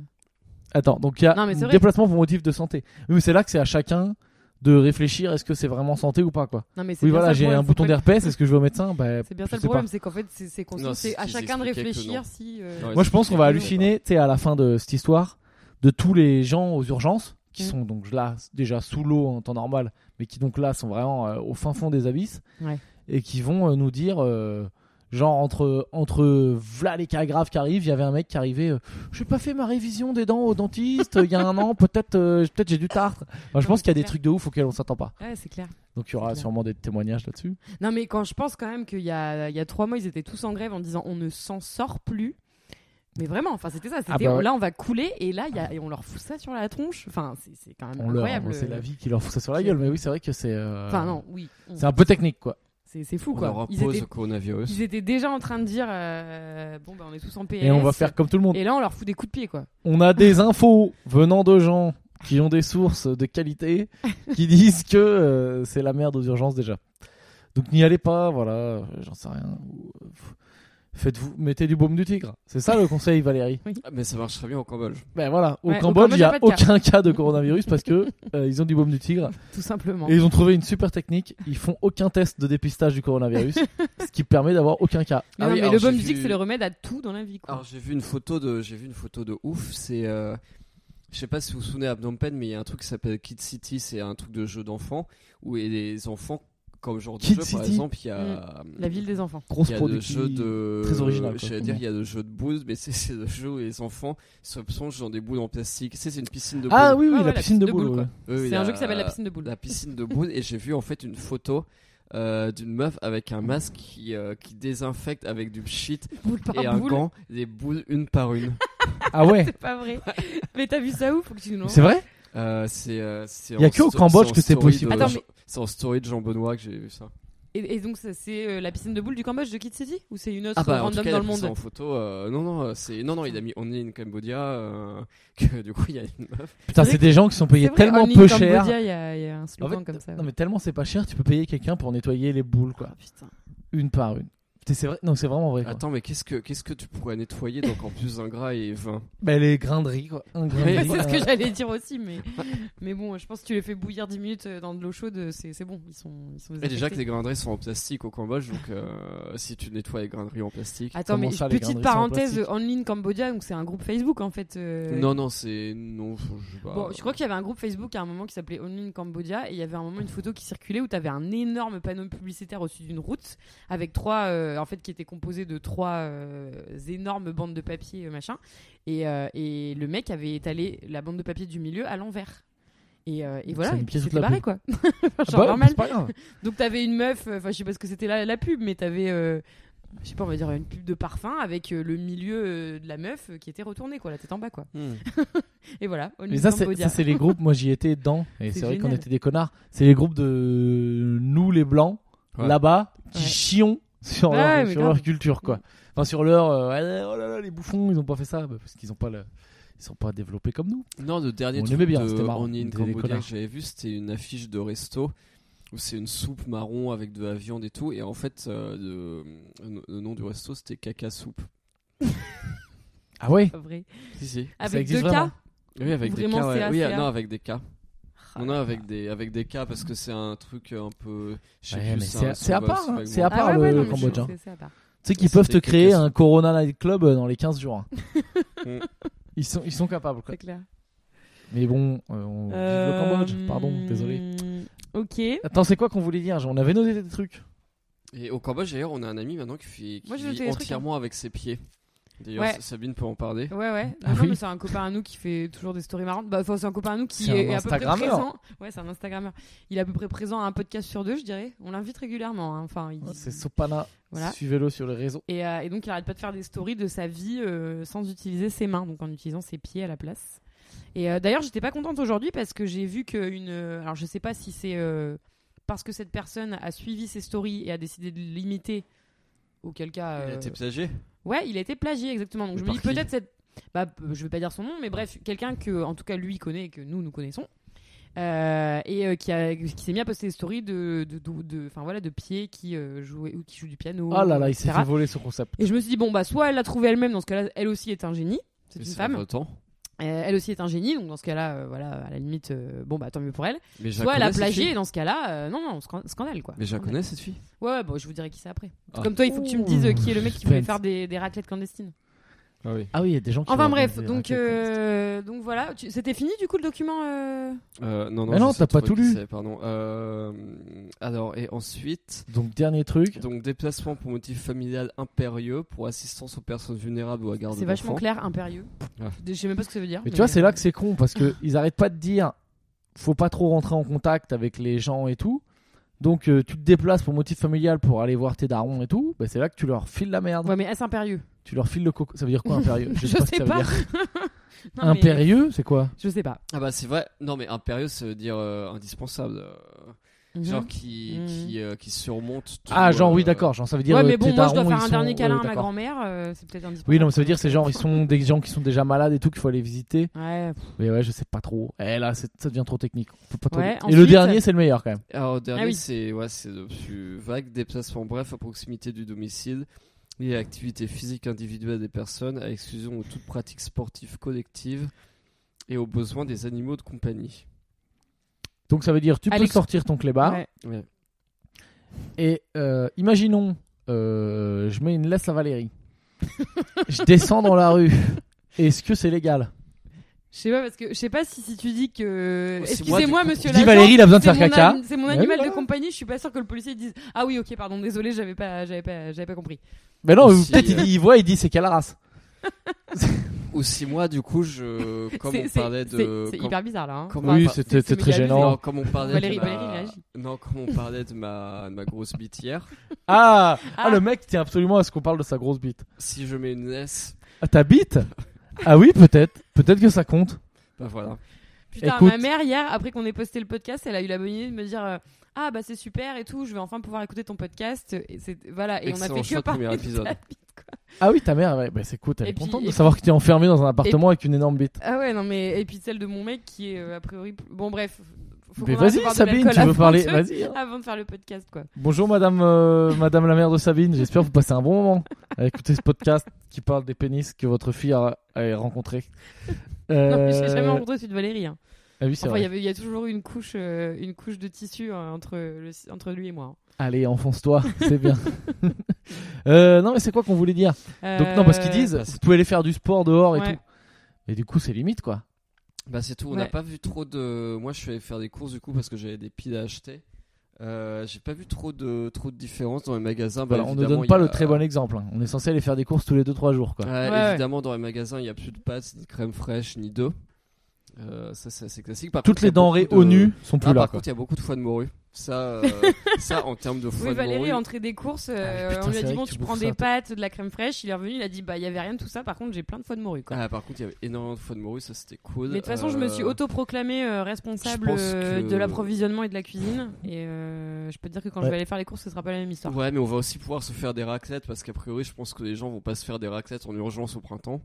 A: Attends, donc il y a
B: Non, mais c'est vrai.
A: déplacement pour motif de santé. Oui, mais c'est là que c'est à chacun de réfléchir est-ce que c'est vraiment santé ou pas quoi.
B: Non, mais c'est
A: Oui
B: bien ça
A: voilà,
B: le
A: j'ai un
B: problème,
A: bouton
B: faut pas-
A: d'herpès, est-ce que je vais au médecin Bah,
B: C'est bien
A: je
B: ça le
A: sais pas.
B: problème, c'est qu'en fait, c'est c'est conscient,
C: Non,
B: c'est
C: c'est
B: à
C: qu'ils
B: chacun de
C: expliquaient que
B: réfléchir
C: non.
B: si. euh,
C: Ouais,
A: Moi je pense qu'on va
B: c'est-
A: halluciner, tu sais à la fin de cette histoire de tous les gens aux urgences qui
B: Mm.
A: sont donc là déjà sous l'eau en temps normal, mais qui donc là sont vraiment euh, au fin fond des abysses
B: Ouais.
A: et qui vont euh, nous dire euh, genre entre entre voilà les cas graves qui arrivent, il y avait un mec qui arrivait, euh, j'ai pas fait ma révision des dents au dentiste il y a un an, peut-être euh, peut-être j'ai du tartre. Enfin, je
B: Non, mais
A: pense qu'il y a
B: c'est
A: des
B: clair.
A: trucs de ouf auxquels on s'attend pas.
B: Ouais, c'est clair.
A: Donc il y aura
B: Clair.
A: sûrement des témoignages là-dessus.
B: Non, mais quand je pense quand même qu'il y a, il y a trois mois, ils étaient tous en grève en disant on ne s'en sort plus. Mais vraiment, enfin, c'était ça. C'était,
A: Ah bah ouais.
B: Là, on va couler et là, il y a- et on leur fout ça sur la tronche. Enfin, c'est, c'est quand même
A: On leur,
B: Ah, incroyable.
A: c'est la vie qui leur fout ça sur la
B: Qui-
A: gueule, mais oui c'est vrai que c'est. euh,
B: Enfin, non, oui. on-
A: C'est un peu technique quoi.
B: C'est, c'est fou,
C: On
B: quoi.
C: leur
B: Ils
C: oppose
B: étaient
C: au coronavirus.
B: Ils étaient déjà en train de dire euh, bon bah on est tous en PLS.
A: Et on va faire comme tout le monde.
B: Et là on leur fout des coups de pied quoi.
A: on a des infos venant de gens qui ont des sources de qualité qui disent que euh, c'est la merde aux urgences déjà. Donc n'y allez pas, voilà, euh, j'en sais rien. Ou, euh, f- Faites-vous, mettez du baume du tigre. C'est ça le conseil, Valérie.
C: Ah, Mais ça marche très bien au Cambodge.
A: Ben voilà, au
B: Ouais, au
A: Cambodge, il n'y a
B: Cambodge, y a pas de
A: aucun cas de coronavirus parce que euh, ils ont du baume du tigre
B: Tout simplement.
A: et ils ont trouvé une super technique. Ils font aucun test de dépistage du coronavirus, ce qui permet d'avoir aucun cas.
B: Mais,
C: Ah
B: non,
C: oui,
B: mais
C: alors
B: le bon
C: j'ai
B: musique
C: vu-
B: c'est le remède à tout dans la vie quoi.
C: Alors j'ai vu une photo de, j'ai vu une photo de ouf. C'est, euh, je sais pas si vous vous souvenez à Phnom Penh, mais il y a un truc qui s'appelle Kid City. C'est un truc de jeu d'enfants où et les enfants comme genre de
A: Kid
C: jeu par
A: City.
C: exemple, il y a
B: Mm.
C: euh,
B: La ville des enfants.
A: Grosse
C: Il y a de
A: production.
C: jeux de.
A: très original, quoi.
C: J'allais dire, il y a de jeux de boules, mais c'est c'est le jeu où les enfants se plongent dans des boules en plastique. Tu sais, c'est une piscine de boules.
A: Ah oui, oui,
B: Ouais,
A: la,
B: ouais,
A: piscine de boule.
B: quoi.
A: ouais.
C: Eux, il y
B: C'est un
C: a
B: jeu qui s'appelle la piscine de boules.
C: La piscine de boules, et j'ai vu en fait une photo. euh, d'une meuf avec un masque qui, euh, qui désinfecte avec du shit
B: Boule par
C: et un
B: boule.
C: gant les boules une par une.
A: Ah ouais,
B: C'est pas vrai. mais t'as vu ça où Faut que tu nous.
A: c'est vrai
C: Euh, c'est, euh, c'est
A: Il y a
C: en
A: que au
C: sto-
A: Cambodge
C: en
A: que c'est
C: story
A: possible.
C: de-
B: Attends, mais-
C: C'est en story de Jean Benoît que j'ai vu ça.
B: Et, et donc ça, c'est euh, la piscine de boule du Cambodge de Kid City ou c'est une autre euh,
C: Ah bah en tout
B: random
C: cas, il
B: dans
C: a
B: le
C: pris ça en
B: monde
C: photo. euh, non non, euh, c'est non non, il a mis Only in Cambodia. euh, que du coup, il y a une meuf.
A: Putain,
B: C'est vrai
A: c'est des gens qui sont
B: C'est
A: payés
B: vrai,
A: tellement
B: Only
A: peu
B: in
A: cher.
B: Cambodia, Il y, a- il y a un
A: En
B: slogan
A: fait,
B: comme ça.
A: Non mais tellement c'est pas cher, tu peux payer quelqu'un pour nettoyer les boules quoi,
B: Ah, putain.
A: une par une. Putain, C'est vrai, non c'est vraiment vrai. Quoi.
C: Attends, mais qu'est-ce que qu'est-ce que tu pourrais nettoyer donc en plus d'ingrat et 20
A: Bah, les grains de riz quoi, un grain de
C: Ouais,
A: riz,
B: c'est ce
A: euh,
B: que j'allais dire aussi, mais, mais bon, je pense que tu les fais bouillir 10 minutes euh, dans de l'eau chaude, c'est c'est bon. Ils sont, ils sont
C: Et déjà que
B: désinfectés.
C: les graineries sont en plastique au Cambodge, donc euh, si tu nettoies les graineries en plastique.
B: Attends,
A: Comment
B: mais
A: ça, les
B: petite
A: graineries sont en
B: parenthèse,
A: plastique
B: Online Cambodia, donc c'est un groupe Facebook en fait. euh,
C: Non non, c'est non. faut- Je, sais pas.
B: Bon, je crois qu'il y avait un groupe Facebook à un moment qui s'appelait Online Cambodia et il y avait un moment une photo qui circulait où t'avais un énorme panneau publicitaire au-dessus d'une route avec trois, euh, en fait, qui était composé de trois euh, énormes bandes de papier euh, machin et, euh, et le mec avait étalé la bande de papier du milieu à l'envers. Et, euh, et voilà,
A: a
B: et
A: niqué
B: puis
A: toute
B: c'était
A: la
B: barré
A: pub.
B: quoi. Genre
A: ah bah ouais,
B: normal.
A: c'est pas grave.
B: Donc t'avais une meuf, euh, enfin je sais pas ce que c'était la, la pub, mais t'avais euh, je sais pas, on va dire une pub de parfum avec euh, le milieu euh, de la meuf euh, qui était retournée, quoi, la tête en bas, quoi.
C: Hmm.
B: Et voilà.
A: Mais ça, c'est
B: Cambodia.
A: ça, c'est les groupes. Moi, j'y étais dedans. Et
B: C'est
A: c'est vrai qu'on
B: génial.
A: était des connards. C'est les groupes de nous, les blancs,
C: Ouais.
A: là-bas, qui
B: Ouais. Ah
A: chions sur,
B: Ouais,
A: leur,
B: mais
A: sur
B: grave.
A: leur culture, quoi. Enfin, sur leur. euh, Ouais, oh là là, les bouffons, ils ont pas fait ça. bah, parce qu'ils ont pas le- Ils sont pas développés comme nous.
C: Non, le dernier
A: On
C: truc
A: aimait bien,
C: de
A: c'était marrant,
C: On est in
A: des
C: Cambodia
A: connards.
C: que j'avais vu, c'était une affiche de resto où c'est une soupe marron avec de la viande et tout. Et en fait, euh, le, le nom du resto c'était Caca Soup.
A: Ah ouais
B: Pas vrai.
C: Si, si.
B: Avec
A: existe
B: deux cas.
A: vraiment
C: Oui, avec
B: Vraiment,
C: des cas. ouais.
B: CA,
C: Oui,
B: CA.
C: non, avec des cas.
B: Ah,
C: Non, non, avec des, avec des cas parce que c'est un truc euh, un peu. je sais
A: Ouais,
C: plus,
A: mais
C: c'est
A: c'est
C: un
A: à- c'est à
C: sous-
A: part, hein,
C: sous-
A: c'est à
B: Ah
A: part
B: ouais, ouais,
A: le hein.
B: non, mais je
A: Cambodgien.
B: sais, c'est à part.
A: Tu sais qu'ils
C: C'était
A: peuvent te créer
C: quelques-
A: un Corona Night Club euh, dans les 15 jours. hein.
C: Mm.
A: ils, sont, ils sont capables. quoi.
B: C'est clair.
A: Mais bon, euh, on vive le Cambodge. Pardon,
B: Euh,
A: désolé.
B: Ok.
A: Attends, c'est quoi qu'on voulait dire On avait noté des trucs.
C: Et au Cambodge, d'ailleurs, on a un ami maintenant qui, fait, qui
B: Moi, j'ai
C: vit
B: noté les trucs,
C: entièrement avec ses pieds. D'ailleurs,
B: Ouais.
C: Sa- Sabine peut en parler.
B: Ouais, ouais.
A: Ah
B: non,
A: oui.
B: mais c'est un copain à nous qui fait toujours des stories marrantes. Bah, enfin, c'est un copain à nous qui
A: C'est un
B: est, à peu près
A: Instagrammeur.
B: présent. Ouais, c'est un Instagrammeur. Il est à peu près présent à un podcast sur deux, je dirais. On l'invite régulièrement. hein. Enfin, il-
A: C'est Sopana.
B: Voilà.
A: Suivez-le sur les réseaux.
B: Et, euh, et donc, il arrête pas de faire des stories de sa vie euh, sans utiliser ses mains, donc en utilisant ses pieds à la place. Et euh, d'ailleurs, j'étais pas contente aujourd'hui parce que j'ai vu qu'une. euh, alors, je sais pas si c'est euh, parce que cette personne a suivi ses stories et a décidé de l'imiter, auquel cas.
C: Il a
B: euh,
C: été piégé.
B: Ouais, il a été plagié exactement. Donc
C: Mais
B: je me dis
C: par qui
B: peut-être cette. Bah, p- je vais pas dire son nom, mais bref, quelqu'un que, en tout cas, lui connaît et que nous, nous connaissons. Euh, et euh, qui, a- qui s'est mis à poster des stories de, de, de, de- enfin, voilà, de pieds qui, euh, jouaient, ou qui jouent du piano.
A: Ah là là, il s'est
B: etc.
A: fait voler ce concept.
B: Et je me suis dit, bon, bah, soit elle l'a trouvé elle-même, dans ce cas-là, elle aussi est un génie. C'est
C: Mais
B: une
C: c'est
B: femme.
C: important.
B: Euh, elle aussi est un génie, donc dans ce cas-là, euh, voilà, à la limite, euh, bon, bah, tant mieux pour elle.
C: Mais je la
B: Soit elle a
C: connais, cette
B: plagié, et
C: fille.
B: dans ce cas-là, euh, non, non, scan- scandale, quoi.
C: Mais je la
B: Scandale.
C: connais, cette fille.
B: Ouais, ouais, bon, je vous dirai qui c'est après.
C: Ah.
B: Comme toi, il faut que tu me
A: Ouh,
B: dises euh, qui est le mec qui voulait
A: suspense.
B: faire des, des raclettes clandestines.
C: Ah oui.
A: Ah oui, il y a des gens qui. hein,
B: Enfin
A: vont
B: bref,
A: organiser
B: donc,
A: la quête comme ça.
B: euh, donc voilà, Tu- c'était fini du coup le document euh
C: non, non,
A: Mais non,
C: je sais
A: t'as pas
C: trop
A: tout
C: qui
A: lu.
C: c'est, Pardon. Euh, alors, et ensuite,
A: Donc, dernier truc.
C: donc déplacement pour motif familial impérieux pour assistance aux personnes vulnérables ou à garde
B: C'est vachement
C: d'enfants.
B: clair, impérieux.
C: Ouais.
B: Je sais même pas ce que ça veut dire. euh,
A: Mais tu vois, c'est là que c'est con parce que ils arrêtent pas de dire faut pas trop rentrer en contact avec les gens et tout. Donc euh, tu te déplaces pour motif familial pour aller voir tes darons et tout, bah, c'est là que tu leur files la merde.
B: Ouais, mais est-ce impérieux
A: Tu leur files le coco. Ça veut dire quoi impérieux
B: Je
A: ce que
B: sais
A: ça veut
B: pas.
A: dire.
B: Non, mais
A: Impérieux, c'est quoi
B: Je sais pas.
C: Ah bah c'est vrai. Non, mais impérieux, ça veut dire euh, indispensable. euh,
B: Mhm.
C: Genre qui,
B: Mhm.
C: qui, euh, qui surmonte tout.
A: Ah, genre oui,
C: euh,
A: d'accord. Genre ça veut dire.
B: ouais,
A: euh,
B: mais bon,
A: tes
B: moi je dois
A: darons,
B: faire
A: ils
B: un
A: sont-
B: dernier câlin
A: ouais,
B: à ma
A: d'accord.
B: grand-mère, euh, c'est peut-être indispensable.
A: Oui, non, mais ça veut dire c'est genre ils sont des gens qui sont déjà malades et tout qu'il faut aller visiter.
B: Ouais, pff,
A: Mais ouais, je sais pas trop. Eh là, c'est- ça devient trop technique. On peut pas trop-
B: Ouais,
A: Et le
B: ensuite-
A: dernier, c'est le meilleur quand même.
C: Alors, dernier,
B: Ah oui.
C: c'est ouais, c'est le plus vague déplacement bref à proximité du domicile lié à l'activité physique individuelle des personnes, à exclusion de toute pratique sportive collective et aux besoins des animaux de compagnie.
A: Donc ça veut dire tu peux
B: Alex-
A: sortir ton clébard.
B: ouais.
C: Ouais.
A: Et euh, imaginons, euh, je mets une laisse à Valérie. je descends dans la rue. Est-ce que c'est légal
B: Je sais pas parce que je sais pas si, si tu dis que
C: Oh, c'est moi,
B: excusez-moi
C: du coup.
B: monsieur
A: Je dis
B: l'agent,
A: Valérie, il a besoin de
B: c'est
A: faire
B: mon
A: caca.
B: ani- C'est mon
A: Ouais,
B: animal
A: voilà.
B: de compagnie, je suis pas sûr que le policier dise "Ah oui, OK, pardon, désolé, j'avais pas j'avais pas j'avais pas compris."
A: Mais non,
C: Aussi,
A: peut-être il,
C: euh,
A: dit- il voit, il dit c'est quelle race
C: Ou si moi, du coup, je, comme
B: C'est-
C: on
B: c'est-
C: parlait de,
B: c'est- c'est
C: comme-
B: hyper bizarre là. hein.
C: comme
A: Oui,
C: on par-
A: c'était
B: c'est
A: très
B: méga
A: gênant.
C: non,
A: non.
C: comme on parlait
B: Valérie-
C: de ma-
B: Valérie réagit.
C: non, comme on parlait de ma, de ma grosse bitière,
A: ah, ah,
B: Ah.
A: le mec tient absolument à ce qu'on parle de sa grosse bite.
C: si je mets une laisse,
A: Ah, ta bite Ah oui, peut-être. Peut-être que ça compte.
C: bah voilà.
B: Putain,
A: Écoute.
B: ma mère, hier, après qu'on ait posté le podcast, elle a eu la bonne idée de me dire euh, Ah, bah c'est super et tout, je vais enfin pouvoir écouter ton podcast. Et c'est- voilà, et
C: Excellent
B: on a fait
C: choix
B: que
C: de premier
B: parler de
C: épisode.
B: ta bite, quoi.
A: Ah oui, ta mère, ouais, bah, c'est cool, elle
B: Et
A: est
B: puis-
A: contente
B: et
A: de
B: puis-
A: savoir que tu es enfermé dans un appartement avec une énorme bite.
B: Ah ouais, non, mais. Et puis celle de mon mec qui est euh, a priori. Bon, bref. Faut
A: Mais
B: qu'on arrête de
A: vas-y,
B: boire de
A: Sabine,
B: l'alcool
A: tu veux
B: avant
A: parler
B: de-
A: Vas-y. hein.
B: Avant de faire le podcast, quoi.
A: Bonjour madame, euh, madame la mère de Sabine, j'espère que vous passez un bon moment à écouter ce podcast qui parle des pénis que votre fille a, a rencontré.
B: Non, mais j'ai jamais
A: Euh,
B: rencontré celui de Valérie. hein.
A: Ah oui, c'est
B: Enfin, il
A: vrai.
B: y avait- il y a toujours eu une couche, euh, une couche de tissu euh, entre, le- entre lui et moi.
A: Allez, enfonce-toi, c'est bien. Euh, non, mais c'est quoi qu'on voulait dire
B: hein.
A: Donc, non, parce qu'ils
B: Euh,
A: disent, vous pouvez aller faire du sport dehors et
B: ouais.
A: tout. Et du coup, c'est limite quoi.
C: Bah c'est tout, on n'a
B: Ouais.
C: pas vu trop de... Moi je suis allé faire des courses du coup parce que j'avais des piles à acheter. Euh, J'ai pas vu trop de, trop de différences dans les magasins. Bah,
A: Voilà, on ne
C: évidemment,
A: donne pas
C: il y a-
A: le très bon exemple. hein. On est censé aller faire des courses tous les 2-3 jours quoi.
C: Ouais,
B: Ouais,
C: Évidemment dans les magasins il n'y a plus de pâtes, ni de crème fraîche, ni d'œufs. Euh, ça c'est assez classique. Par
A: Toutes
C: contre, il
A: les
C: y a beaucoup
A: denrées
C: de-
A: au nu sont plus
C: Ah,
A: là
C: par
A: quoi.
C: contre il y a beaucoup de foie de morue. Ça, euh, ça en termes de
B: Oui,
C: foie de
B: Valérie est
C: morue,
B: entrée des courses. euh,
A: Ah, putain,
B: on lui
A: c'est
B: a dit
A: vrai
B: bon,
A: que
B: tu
A: tu
B: prends
A: bouffes
B: des
A: ça,
B: pâtes, de la crème fraîche. Il est revenu, il a dit bah il y avait rien de tout ça. Par contre, j'ai plein de fois de morue. Quoi.
C: Ah, par contre, il y avait énormément de foie de morue, ça c'était cool.
B: Mais de toute façon, je me suis
C: Euh,
B: autoproclamée euh, responsable
C: je pense
B: euh,
C: que-
B: de l'approvisionnement et de la cuisine. Et euh, je peux te dire que quand
A: Ouais.
B: je vais aller faire les courses, ce sera pas la même histoire.
C: Ouais, mais on va aussi pouvoir se faire des raclettes parce qu'a priori, je pense que les gens vont pas se faire des raclettes en urgence au printemps.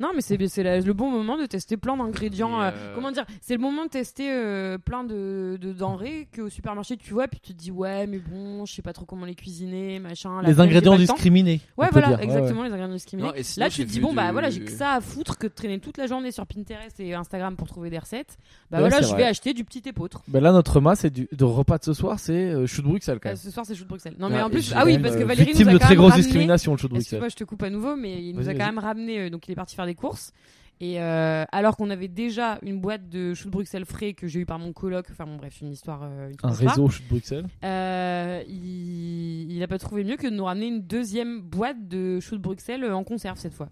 B: Non, mais c'est c'est la- le bon moment de tester plein d'ingrédients.
C: Mais,
B: euh,
C: euh,
B: Comment dire C'est le moment de tester euh, plein de, de denrées qu'au supermarché tu vois, puis tu te dis ouais, mais bon, je sais pas trop comment les cuisiner, machin. la
A: Les
B: flemme, j'ai
A: ingrédients
B: pas le temps.
A: discriminés. on
B: Ouais,
A: peut
B: voilà,
A: dire. Ouais, ouais.
B: exactement, les ingrédients discriminés.
C: Non, et sinon,
B: Là, tu
C: j'ai
B: te dis,
C: vu
B: bon,
C: de-
B: bah voilà, j'ai que ça à foutre que de traîner toute la journée sur Pinterest et Instagram pour trouver des recettes. Bah
A: Ouais,
B: voilà,
A: c'est
B: je
A: vrai.
B: vais acheter du petit épeautre.
A: Ben là, notre repas, c'est du de repas de ce soir, c'est euh, chou de Bruxelles quand
B: Euh,
A: même.
B: ce soir, c'est chou de Bruxelles. Non, mais
C: Ah,
B: en
C: et
B: plus,
C: j'ai
B: ah oui,
C: même,
B: parce que
C: euh,
B: Valérie
A: victime
B: nous a
A: de
B: quand
A: très
B: même
A: grosse
B: ramené.
A: discrimination, le chou de Bruxelles.
B: Excuse-moi, je te coupe à nouveau, mais il nous a
A: Vas-y,
B: quand
A: vas-y.
B: même ramené, euh, donc il est parti faire des courses. Et euh, alors qu'on avait déjà une boîte de choux de Bruxelles frais que j'ai eu par mon coloc, enfin bon, bref, une histoire. euh, une
A: Un
B: histoire.
A: réseau chou de Bruxelles.
B: Euh, il, il a pas trouvé mieux que de nous ramener une deuxième boîte de choux de Bruxelles euh, en conserve cette fois.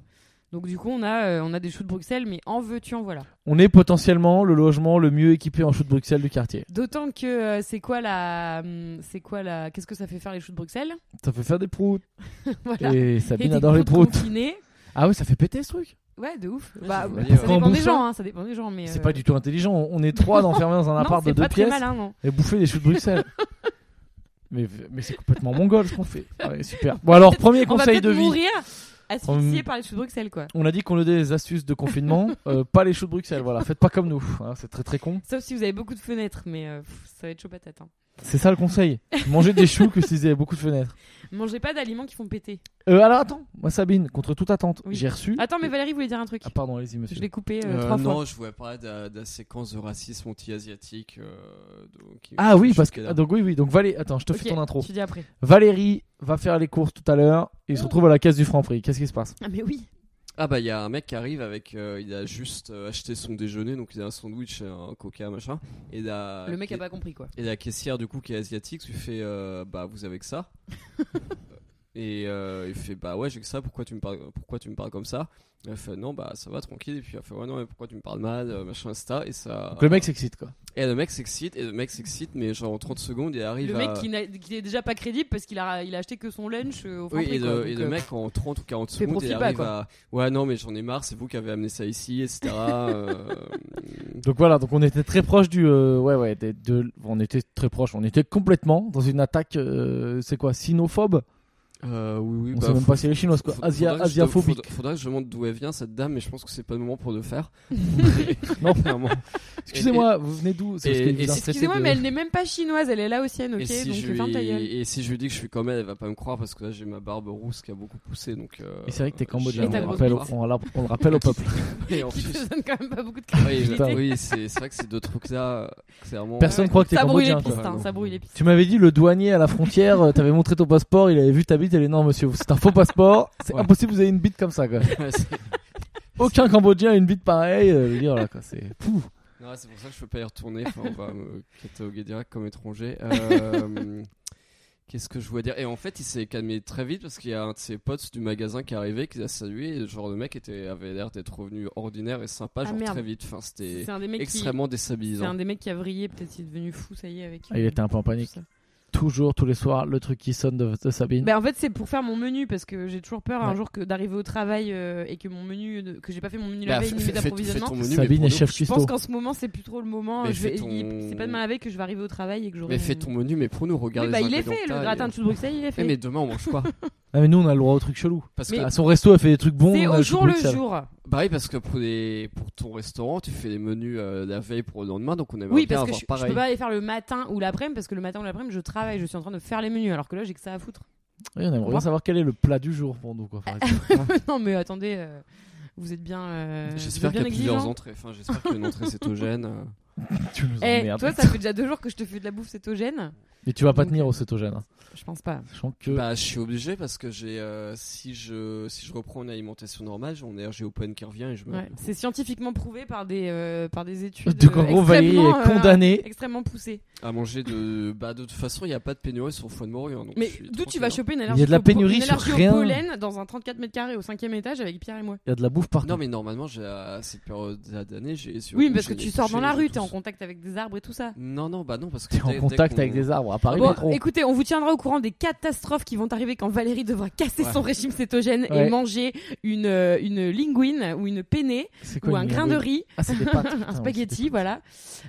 B: Donc du coup, on a, euh, on a des choux de Bruxelles, mais en veux-tu, en voilà.
A: On est potentiellement le logement le mieux équipé en chou de Bruxelles du quartier.
B: D'autant que euh, c'est quoi la, hum, c'est quoi la, qu'est-ce que ça fait faire les choux de Bruxelles
A: Ça fait faire des proutes.
B: Voilà.
A: Et
B: Et
A: Sabine
B: des
A: adore les
B: croûtes
A: proutes.
B: confinées.
A: Ah ouais, ça fait péter ce truc.
B: Ouais, de ouf.
C: Ouais,
B: Bah,
C: c'est vrai.
B: ça
A: Pourquoi on
B: dépend des
A: bouffe
B: gens, hein, ça dépend des gens, mais.
A: C'est
B: euh,
A: pas du tout intelligent. On est trois d'enfermés dans un
B: non,
A: appart de
B: c'est
A: deux
B: pas très
A: pièces
B: malin, non.
A: et bouffer des choux de Bruxelles. mais mais c'est complètement mongol ce qu'on fait. Ah Ouais, super. Bon alors, premier
B: On va
A: conseil
B: peut-être
A: de vie.
B: mourir asphyxié
A: Hum.
B: par les choux de Bruxelles, quoi.
A: On a dit qu'on donnait des astuces de confinement, euh, pas les choux de Bruxelles. Voilà, faites pas comme nous. hein, c'est très très con.
B: Sauf si vous avez beaucoup de fenêtres, mais euh, pff, ça va être chaud patate. hein.
A: C'est ça le conseil. Mangez des choux que s'ils avaient beaucoup de fenêtres.
B: Mangez pas d'aliments qui font péter.
A: Euh, alors attends, moi Sabine, contre toute attente,
B: Oui.
A: j'ai reçu.
B: Attends, mais Valérie voulait dire un truc.
A: Ah pardon, allez-y monsieur.
B: Je l'ai coupé euh,
C: Euh,
B: trois
C: non,
B: fois.
C: je voulais parler de la, de la séquence de racisme anti-asiatique. euh, donc, qui-
A: Ah oui,
C: qui-
A: parce
C: qui
A: que
C: est là.
A: ah, donc oui oui donc Valé, attends, je te
B: Ok,
A: fais ton intro.
B: Tu Ah. dis après.
A: Valérie va faire les courses tout à l'heure et il se retrouve à la caisse du Franprix. Qu'est-ce qui se passe
B: Ah, mais oui.
C: Ah bah il y a un mec qui arrive avec, euh, il a juste euh, acheté son déjeuner, donc il a un sandwich, un coca, machin. Et la,
B: Le mec
C: et,
B: a pas compris, quoi.
C: et la caissière du coup qui est asiatique lui fait, euh, bah vous avez que ça. et euh, il fait bah ouais j'ai que ça, pourquoi tu me parles, pourquoi tu me parles comme ça Elle fait non bah ça va tranquille et puis elle fait ouais non mais pourquoi tu me parles mal, euh, machin, etc. Et ça.
A: Donc le mec s'excite quoi.
C: Et le mec s'excite et le mec s'excite mais genre en 30 secondes il arrive
B: Le
C: à-
B: mec qui, n'a- qui est déjà pas crédible parce qu'il a, il a acheté que son lunch euh, au
C: Oui,
B: Franprix,
C: et,
B: quoi.
C: le, et
B: Donc,
C: le
B: euh,
C: mec en 30 ou 40
B: fais
C: secondes,
B: profit
C: il
B: pas,
C: arrive
B: quoi.
C: à. Ouais, non, mais j'en ai marre, c'est vous qui avez amené ça ici, etc. euh,
A: Donc voilà, donc on était très proche du euh, ouais ouais des- de- on était très proche, on était complètement dans une attaque euh, c'est quoi sinophobe
C: euh, oui, oui,
A: On
C: bah,
A: sait même
C: faut-
A: pas si elle est chinoise quoi.
C: faut-
A: Asia
C: faudra que je te-
A: asiaphobique.
C: Faudra, faudra que je demande d'où elle vient cette dame, mais je pense que c'est pas le moment pour le faire.
A: Non.
C: clairement.
A: Excusez-moi, vous venez d'où C'est parce
C: et-
A: que vous
C: et-
A: êtes stressé
B: Excusez-moi,
A: de-
B: mais elle n'est même pas chinoise, elle est laotienne, ok
C: Et, si
B: Donc
C: je
B: ferme ta gueule.
C: lui... et si je lui dis que je suis comme elle, elle va pas me croire parce que là j'ai ma barbe rousse qui a beaucoup poussé. Donc, euh,
A: Et c'est vrai que t'es cambodgien,
C: j'ai-
A: on,
B: Et ta
A: le
B: grosse
A: rappelle au-
B: bite.
A: on l'a- on le rappelle au peuple.
C: Et en
B: Qui
C: plus-
B: te donne quand même pas beaucoup de
C: Oui,
B: crédibilité.
A: putain,
C: oui, c'est c'est vrai que ces deux trucs-là, euh, clairement.
A: Personne croit que t'es
B: ça brûle les
A: cambodgien.
B: pistes,
A: quoi.
B: hein, ça brûle les pistes.
A: Tu m'avais dit le douanier à la frontière, euh, t'avais montré ton passeport, il avait vu ta bite, elle est non monsieur, c'est un faux passeport, c'est
C: Ouais.
A: impossible vous avez une bite comme ça quoi.
C: Ouais, c'est-
A: Aucun cambodgien a une bite pareille, euh, je veux dire là quoi, c'est pouf.
C: Non, c'est pour ça que je peux pas y retourner. Enfin, on va me cataloguer direct comme étranger. Euh, Qu'est-ce que je voulais dire Et en fait, il s'est calmé très vite parce qu'il y a un de ses potes du magasin qui est arrivé, qui l'a salué. Et genre, le mec était, avait l'air d'être revenu ordinaire et sympa,
B: Ah,
C: genre
B: merde.
C: très vite. Enfin, c'était
B: C'est un des mecs qui.
C: extrêmement
B: C'est un
C: déstabilisant. Bah,
B: des mecs qui a vrillé, peut-être il est devenu fou, ça y est, avec.
A: Ah, il
B: euh,
A: était un peu en panique.
B: tout ça.
A: Toujours, tous les soirs, le truc qui sonne de, de Sabine.
B: Bah, en fait, c'est pour faire mon menu parce que j'ai toujours peur un
A: Ouais.
B: jour que d'arriver au travail euh, et que mon menu, de- que j'ai pas fait mon menu la
C: Bah,
B: veille
C: fais-
B: ni
C: fais-
B: mes
C: fais- fais
B: approvisionnements.
C: ton menu, mais
A: Sabine
C: pour
A: est
C: nous.
A: chef
B: Je pense
A: cuistot.
B: qu'en ce moment, c'est plus trop le moment.
C: Mais
B: Je vais-
C: fais ton-
B: il- C'est pas demain la veille que je vais arriver au travail et que j'aurai.
C: Mais
B: mon-
C: fais ton menu, mais pour nous,
B: Oui,
C: regarde
B: bah,
C: les
B: il est fait, le
C: ingrédients que
B: gratin de
C: t'as.
B: chou de Bruxelles, il est
C: Eh,
B: fait.
C: mais demain, on mange pas.
A: Ah, mais nous on a le droit au truc chelou.
C: Parce
B: Mais-
C: que,
A: À son resto elle fait des trucs bons.
B: C'est
A: on a
B: au
A: le
B: jour
A: chou de
B: le
A: Bruxelles.
B: jour.
C: bah oui, parce que pour, les, pour ton restaurant, tu fais les menus euh, la veille pour le lendemain, donc on aimerait
B: Oui,
C: bien
B: parce que je,
C: avoir
B: je
C: pareil.
B: peux pas aller faire le matin ou l'après-midi parce que le matin ou l'après-midi, je travaille, je suis en train de faire les menus alors que là, j'ai que ça à foutre.
A: Oui, on aimerait bien
B: revoir.
A: savoir quel est le plat du jour pour nous quoi. hein, par exemple.
B: non, mais attendez, euh, vous êtes bien. euh, vous
C: J'espère
B: êtes bien hein
C: qu'il y a plusieurs
B: exigeants.
C: entrées. Enfin, j'espère qu'il y a une entrée cétogène. euh.
A: tu nous
B: Eh,
A: emmerdes.
B: toi, ça fait déjà deux jours que je te fais de la bouffe cétogène.
A: Mais tu vas pas
B: Donc,
A: tenir au cétogène. hein.
B: Je pense pas.
A: Sachant que.
C: Bah, je suis obligé parce que j'ai euh, si je si je reprends une alimentation normale, j'ai mon énergie open qui revient et je me
B: Ouais. C'est scientifiquement prouvé par des, euh, par des études.
A: donc en
B: euh,
A: gros, Valérie
B: extrêmement,
A: est
B: euh,
A: condamnée.
B: extrêmement poussée.
C: à manger de bah de toute façon, il n'y a pas de pénurie sur foie de Morue.
B: Mais d'où tu vas choper une allergie
A: Il y a de la
B: au-
A: pénurie
B: une
A: sur
B: allergie au
A: rien.
B: pollen dans un 34 mètres carrés au cinquième étage avec Pierre et moi.
A: Il y a de la bouffe partout.
C: hein. Non mais normalement, j'ai à cette période d'année, j'ai les yeux
B: Oui,
C: rouges,
B: mais parce que
C: j'ai
B: tu
C: les-
B: sors
C: j'ai
B: dans la
C: les
B: rue,
C: yeux
B: t'es en
C: tous-
B: contact avec des arbres et tout ça.
C: Non non, bah non parce que
A: T'es en
C: dès- dès
A: contact
C: qu'on-
A: avec des arbres à Paris
B: Bon,
A: métro.
B: écoutez, on vous tiendra au courant des catastrophes qui vont arriver quand Valérie devra casser
C: Ouais.
B: son régime cétogène
A: Ouais.
B: et manger une, euh, une linguine ou une penne
A: C'est quoi
B: ou
A: une
B: un grain de
A: linguine
B: riz,
A: Ah, c'est des pâtes. putain,
B: un
A: ouais,
B: spaghetti,
A: c'est des
B: voilà.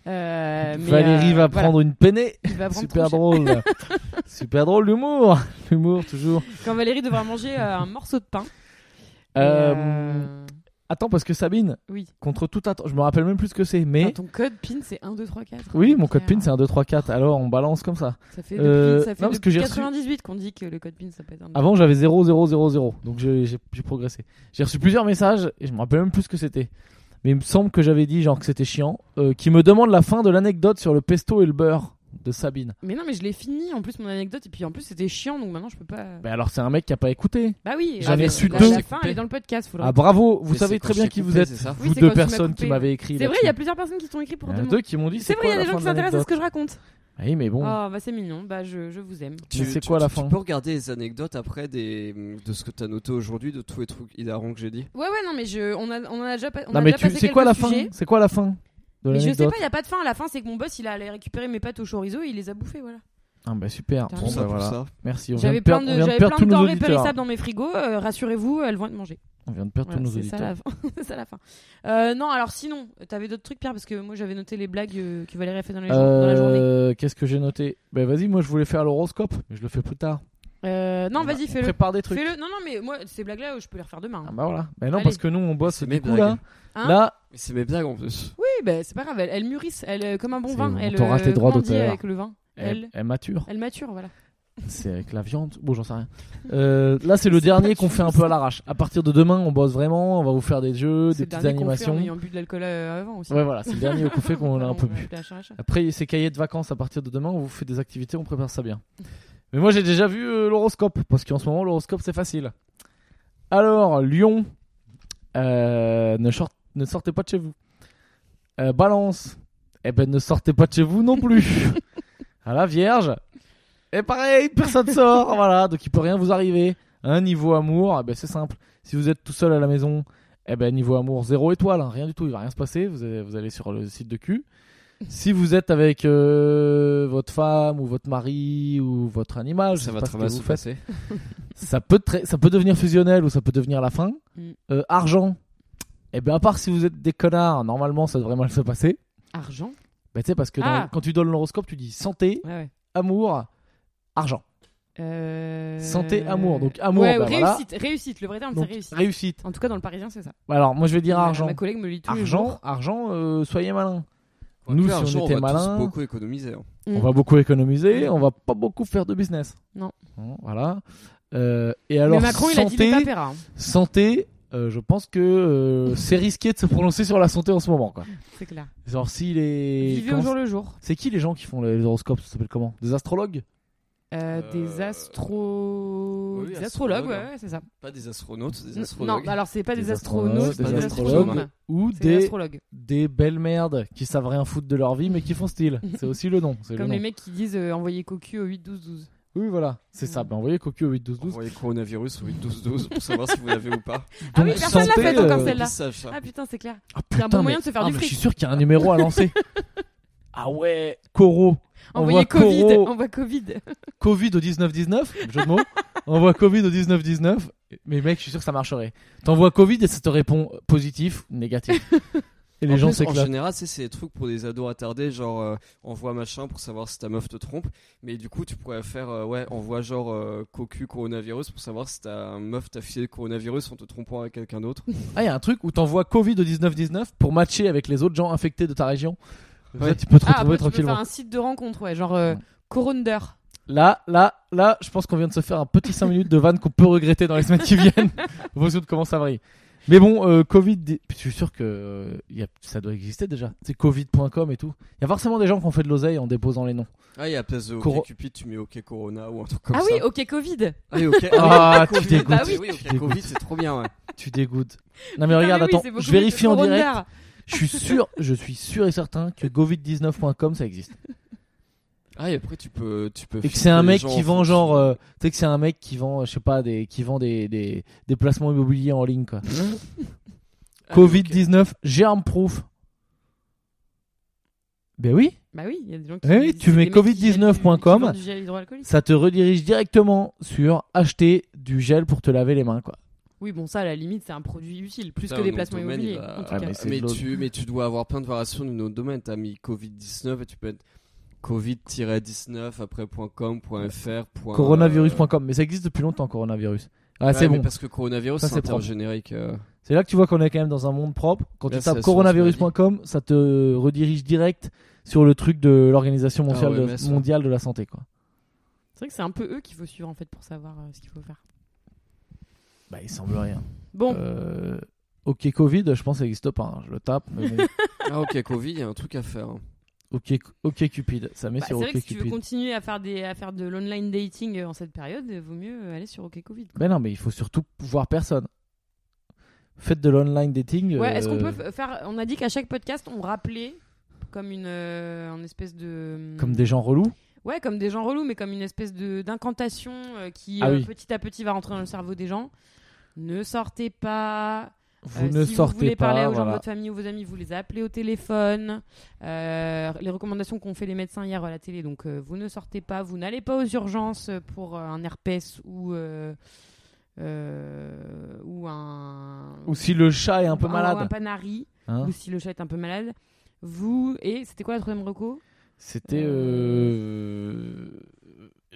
B: Euh,
A: pâtes.
B: mais,
A: Valérie
B: euh,
A: va
B: voilà,
A: prendre une peinée.
B: il va prendre
A: Super
B: trop cher.
A: drôle. Super drôle, l'humour. L'humour, toujours.
B: Quand Valérie devra manger euh, un morceau de pain. et,
A: Euh,
B: euh,
A: Attends, parce que Sabine,
B: Oui.
A: contre toute attente, je me rappelle même plus ce que c'est, mais.
B: Enfin, ton code PIN, c'est 1, 2, 3, 4.
A: Oui, mon code PIN
B: Pierre.
A: c'est un 2, 3, 4. Alors on balance comme ça.
B: hein, Ça
A: Euh,
B: fait depuis,
A: non,
B: ça fait
A: parce que
B: depuis
A: j'ai reçu-
B: 98 qu'on dit que le code PIN ça peut être un.
A: Avant j'avais 0, 0, 0, 0. Donc j'ai j'ai- j'ai progressé. J'ai reçu plusieurs messages et je me rappelle même plus ce que c'était. Mais il me semble que j'avais dit genre que c'était chiant. euh, qui me demande la fin de l'anecdote sur le pesto et le beurre de Sabine.
B: Mais non, mais je l'ai fini en plus mon anecdote et puis en plus c'était chiant donc maintenant je peux pas.
A: Mais Ben, alors c'est un mec qui a pas écouté.
B: Bah oui.
A: J'en ai
B: la-
A: Bah, su
B: la-
A: deux.
B: La fin elle est dans le podcast. faut le
A: Ah bravo, vous
C: Mais
A: savez
C: c'est
A: très
C: quand
A: bien
C: je t'ai
A: qui vous
C: coupé,
A: êtes.
C: c'est ça
B: Oui,
A: vous
B: c'est
A: deux
B: quand tu m'as
A: personnes
B: coupé,
A: qui
B: ouais.
A: m'avaient écrit.
B: C'est vrai,
A: là-dessus.
B: il y a plusieurs personnes qui t'ont écrit pour
A: Il y en a
B: demander.
A: deux qui m'ont dit
B: C'est
A: c'est
B: vrai, il y
A: quoi
B: a
A: la
B: des gens
A: fin
B: qui
A: de
B: s'intéressent à
A: l'anecdote. Ah
B: ce que je raconte.
A: Oui, mais bon.
B: Oh, bah c'est mignon. Bah je, je vous aime.
A: Mais c'est quoi la fin
C: Tu peux regarder les anecdotes après des de ce que t'as noté aujourd'hui, de tous les trucs hilarants que j'ai dit.
B: Ouais, ouais, non, mais je, on, a, on en a déjà, pas- on
A: non
B: a
A: mais tu
B: déjà passé
A: c'est quoi la
B: quelques
A: fin
B: sujets.
A: C'est quoi la fin de
B: Mais je sais
A: l'anecdote
B: pas, il y a pas de fin. La fin, c'est que mon boss, il a allé récupérer mes pâtes au chorizo et il les a bouffées, voilà.
A: Ah bah super.
B: Putain,
A: Bon,
B: tout
A: bah, voilà. Merci. On vient de
B: J'avais plein
A: perdre
B: de,
A: on vient de
B: j'avais
A: perdre
B: plein
A: tous
B: de
A: nos
B: denrées
A: auditeurs.
B: périssables dans mes frigos. euh, Rassurez-vous, elles vont être mangées.
A: On vient de perdre tous
B: Voilà,
A: nos
B: c'est ça
A: auditeurs.
B: la fin. c'est ça la fin. Euh, non, alors sinon, t'avais d'autres trucs, Pierre, parce que moi j'avais noté les blagues euh, que Valérie a fait dans, les jour- dans la journée.
A: Euh, Qu'est-ce que j'ai noté Ben vas-y, moi je voulais faire l'horoscope, mais je le fais plus tard.
B: Euh, non,
A: On a-
B: vas-y,
A: on
B: fais-le.
A: Prépare des trucs.
B: Fais-le. Non, non, mais moi ces blagues-là, je peux les refaire demain.
A: bah,
B: hein.
A: Ah bah voilà. Ben non,
B: Allez.
A: parce que nous on bosse
C: C'est
A: du
C: mes
A: coup là.
C: blagues.
B: Hein
A: là,
C: Mais c'est mes blagues en plus.
B: Oui, bah, c'est pas grave, elles, elles mûrissent, elles, euh, comme un bon
A: C'est-
B: vin.
A: on
B: Elles,
A: t'aura
B: euh,
A: tes droits
B: comment on dit
A: d'auteur.
B: avec le vin.
A: elle,
B: Elle,
A: elle mature.
B: elle mature, voilà.
A: C'est avec la viande. Bon, j'en sais rien. Euh, là, c'est le dernier qu'on fait un peu à l'arrache. À partir de demain, on bosse vraiment. On va vous faire des jeux,
B: C'est
A: des
B: le
A: petites
B: dernier qu'on fait
A: animations.
B: en ayant bu de l'alcool euh, avant aussi.
A: Ouais, voilà, c'est le dernier qu'on fait qu'on a un
B: Pardon,
A: peu
B: on va
A: bu.
B: appeler H&H.
A: Après, ces cahiers de vacances à partir de demain, on vous fait des activités, on prépare ça bien. Mais moi, j'ai déjà vu euh, l'horoscope, parce qu'en ce moment, l'horoscope, c'est facile. Alors, Lion, euh, ne, short- ne sortez pas de chez vous. Euh, balance, eh ben, ne sortez pas de chez vous non plus. à la Vierge, et pareil, personne sort, voilà, donc il peut rien vous arriver. Un niveau amour, eh ben, c'est simple. Si vous êtes tout seul à la maison, eh ben, niveau amour, zéro étoile, hein, rien du tout, il va rien se passer. Vous allez, vous allez sur le site de cul. Si vous êtes avec euh, votre femme ou votre mari ou votre animal, je
C: ça
A: sais
C: va
A: pas
C: très
A: ce
C: mal
A: que
C: se
A: vous faites.
C: passer.
A: Ça peut, très- ça peut devenir fusionnel ou ça peut devenir la fin.
B: Mm.
A: Euh, argent. Eh bien, à part si vous êtes des connards, normalement, ça devrait mal se passer.
B: Argent
A: Bah, tu sais, parce que dans-
B: Ah.
A: quand tu donnes l'horoscope, tu dis santé,
B: Ouais, ouais.
A: amour, argent.
B: Euh,
A: Santé, amour. Donc, amour,
B: ouais,
A: bah, voilà.
B: réussite, réussite. Le vrai terme,
A: Donc,
B: c'est réussite.
A: réussite.
B: En tout cas, dans le parisien, c'est ça.
A: Bah, Alors, moi, je vais dire
B: Ma-
A: argent.
B: Ma collègue me lit tous les
A: Argent,
B: jours.
A: argent, euh, soyez malin. Nous, si on
C: L'argent,
A: était
C: on va tous
A: malins-
C: beaucoup économiser. hein.
B: Mm.
A: On va beaucoup économiser, on va pas beaucoup faire de business.
B: Non.
A: Bon, Voilà. Euh, et alors,
B: Mais Macron, il a dit
A: santé,
B: l'opéra. hein.
A: santé, euh, je pense que euh, c'est risqué de se prononcer sur la santé en ce moment. Quoi.
B: C'est clair.
A: Genre, si les.
B: Vivez
A: comment-
B: au jour le jour.
A: C'est qui les gens qui font les horoscopes Ça s'appelle comment Des astrologues
B: Euh, Des
C: Euh,
B: astro...
C: oui,
B: des
C: astrologues,
B: astrologues, ouais,
C: hein.
B: ouais, c'est ça.
C: Pas des astronautes, des
B: N-
C: astrologues.
B: Non, bah alors c'est pas des,
A: Des
B: astronautes,
A: astronautes,
B: pas
C: des
B: des
C: astronomes.
B: astronomes.
A: Ou
B: C'est des
A: des,
B: astrologues.
A: des belles merdes qui savent rien foutre de leur vie mais qui font style. C'est aussi le nom. c'est le
B: Comme
A: nom.
B: les mecs qui disent euh, envoyez cocu au 8-12-12.
A: Oui, voilà. C'est ça. Ben, envoyez cocu au 8-12-12.
C: Envoyez coronavirus au 8-12-12 pour savoir si vous l'avez ou pas.
B: Ah oui,
A: Donc,
B: personne l'a
A: santé,
B: fait encore
A: euh,
B: celle-là.
C: Ils savent hein. ça.
B: Ah putain, c'est clair.
A: Ah,
B: C'est un bon
A: putain,
B: moyen
A: mais-
B: de se faire
A: ah,
B: du
A: mais Je suis
B: fric.
A: sûr qu'il y a un numéro à lancer. ah ouais, Coro.
B: Envoyez
A: Envoie
B: Covid.
A: Coro.
B: Envoie Covid. Ah,
A: Covid au 19-19, jeu de mots. Envoie Covid au 19-19. Mais mec, je suis sûr que ça marcherait. T'envoies Covid et ça te répond positif ou négatif. Et les
C: En
A: gens
C: plus, En
A: s'éclatent.
C: général, c'est c'est des trucs pour des ados attardés, genre euh, envoie machin pour savoir si ta meuf te trompe. Mais du coup, tu pourrais faire, euh, ouais, envoie genre euh, cocu coronavirus pour savoir si ta meuf t'a filé le coronavirus en te trompant avec quelqu'un d'autre.
A: Ah, il y a un truc où t'envoies Covid au 19-19 pour matcher avec les autres gens infectés de ta région. Comme ça,
C: Ouais.
A: tu peux te retrouver
B: Ah, après, tu peux
A: tranquillement.
B: faire un site de rencontre, ouais, genre euh,
A: Ouais.
B: Coronder.
A: Là, là, là, je pense qu'on vient de se faire un petit 5 minutes de vanne qu'on peut regretter dans les semaines qui viennent. Vos de comment ça varie. Mais bon, euh, Covid. des- Je suis sûr que euh, y a- ça doit exister déjà. C'est Covid.com et tout. Il y a forcément des gens qui ont fait de l'oseille en déposant les noms.
C: Ah, il y a place de
A: Coro-
C: OK Cupid, tu mets OK Corona ou un truc comme
B: Ah
C: ça.
B: oui, ok, Covid.
C: Ah oui, OK.
A: Ah, tu
C: Covid.
A: dégoûtes.
B: Bah oui.
C: oui,
A: Tu
C: OK
A: dégoûtes.
C: Covid, c'est trop bien, ouais.
A: Tu dégoûtes. Non mais regarde,
B: Ah oui,
A: attends,
B: c'est beaucoup
A: je
B: mieux que
A: vérifie en
B: Corona.
A: direct. Je suis sûr, je suis sûr et certain que Covid19.com ça existe.
C: Ah, et après, tu peux. Tu peux
A: Et que
C: filtrer
A: c'est un
C: les
A: mec
C: gens
A: qui
C: en
A: vend
C: fonction-
A: genre, euh, tu sais que c'est un mec qui vend, euh, je sais pas, des, qui vend des, des, des placements immobiliers en ligne quoi.
C: Ah, oui, OK.
A: Covid19, germe proof. Ben oui,
B: Bah oui, il y a des gens qui.
A: Eh oui, tu
B: des
A: mets
B: mecs qui vendent du-
A: covid19.com.
B: qui vendent du gel hydroalcoolique.
A: ça te redirige directement sur acheter du gel pour te laver les mains quoi.
B: Oui, bon, ça, à la limite, c'est un produit utile, plus
C: Putain,
B: que des
C: notre
B: placements
C: domaine, il
B: immobiliers.
C: va-
B: en tout
A: Ah,
B: cas.
A: mais c'est
C: mais,
A: de l'autre.
C: tu, mais tu dois avoir plein de variations de nos domaines. T'as mis Covid-19 et tu peux être Covid-19 après .com, .fr, point, euh,
A: Coronavirus.com, mais ça existe depuis longtemps coronavirus. Ah
C: ouais,
A: c'est
C: mais
A: bon.
C: Parce que coronavirus,
A: Ça,
C: c'est
A: c'est propre.
C: intergénérique. euh.
A: C'est là que tu vois qu'on est quand même dans un monde propre. Quand
C: Là,
A: tu
C: c'est
A: tapes
C: la
A: coronavirus.com, ça te redirige direct sur le truc de l'Organisation
C: Ah,
A: mondiale,
C: OMS,
A: de,
C: ouais.
A: mondiale de la santé. Quoi.
B: C'est vrai que c'est un peu eux qu'il faut suivre, en fait, pour savoir euh, ce qu'il faut faire.
A: Bah, il semble rien.
B: Bon,
A: Euh, ok, Covid, je pense que ça n'existe pas. hein. Je le tape. mais bon.
C: Ah, ok, Covid, il y a un truc à faire. hein.
A: ok, ok, Cupid. Ça met
B: bah, c'est
A: sur
B: vrai
A: Ok,
B: que si tu veux
A: Cupid.
B: continuer à faire, des, à faire de l'online dating euh, en cette période, euh, vaut mieux euh, aller sur OK Covid.
A: Mais non, mais il faut surtout voir personne. Faites de l'online dating.
B: Ouais, est-ce qu'on
A: euh,
B: peut f- faire. On a dit qu'à chaque podcast, on rappelait comme une euh, un espèce de.
A: Comme des gens relous
B: Ouais, comme des gens relous, mais comme une espèce de d'incantation euh, qui
A: Ah
B: euh,
A: oui.
B: petit à petit va rentrer dans le cerveau des gens. Ne sortez pas.
A: Vous
B: Euh,
A: ne
B: si
A: sortez
B: vous voulez
A: pas.
B: parler aux gens de
A: voilà.
B: votre famille ou vos amis, vous les appelez au téléphone. Euh, les recommandations qu'ont fait les médecins hier à la télé, donc euh, vous ne sortez pas, vous n'allez pas aux urgences pour euh, un herpès ou euh, euh, ou un
A: Ou si le chat est un peu
B: ou
A: malade.
B: un panari
A: hein.
B: ou si le chat est un peu malade. Vous et c'était quoi la troisième reco
A: C'était euh...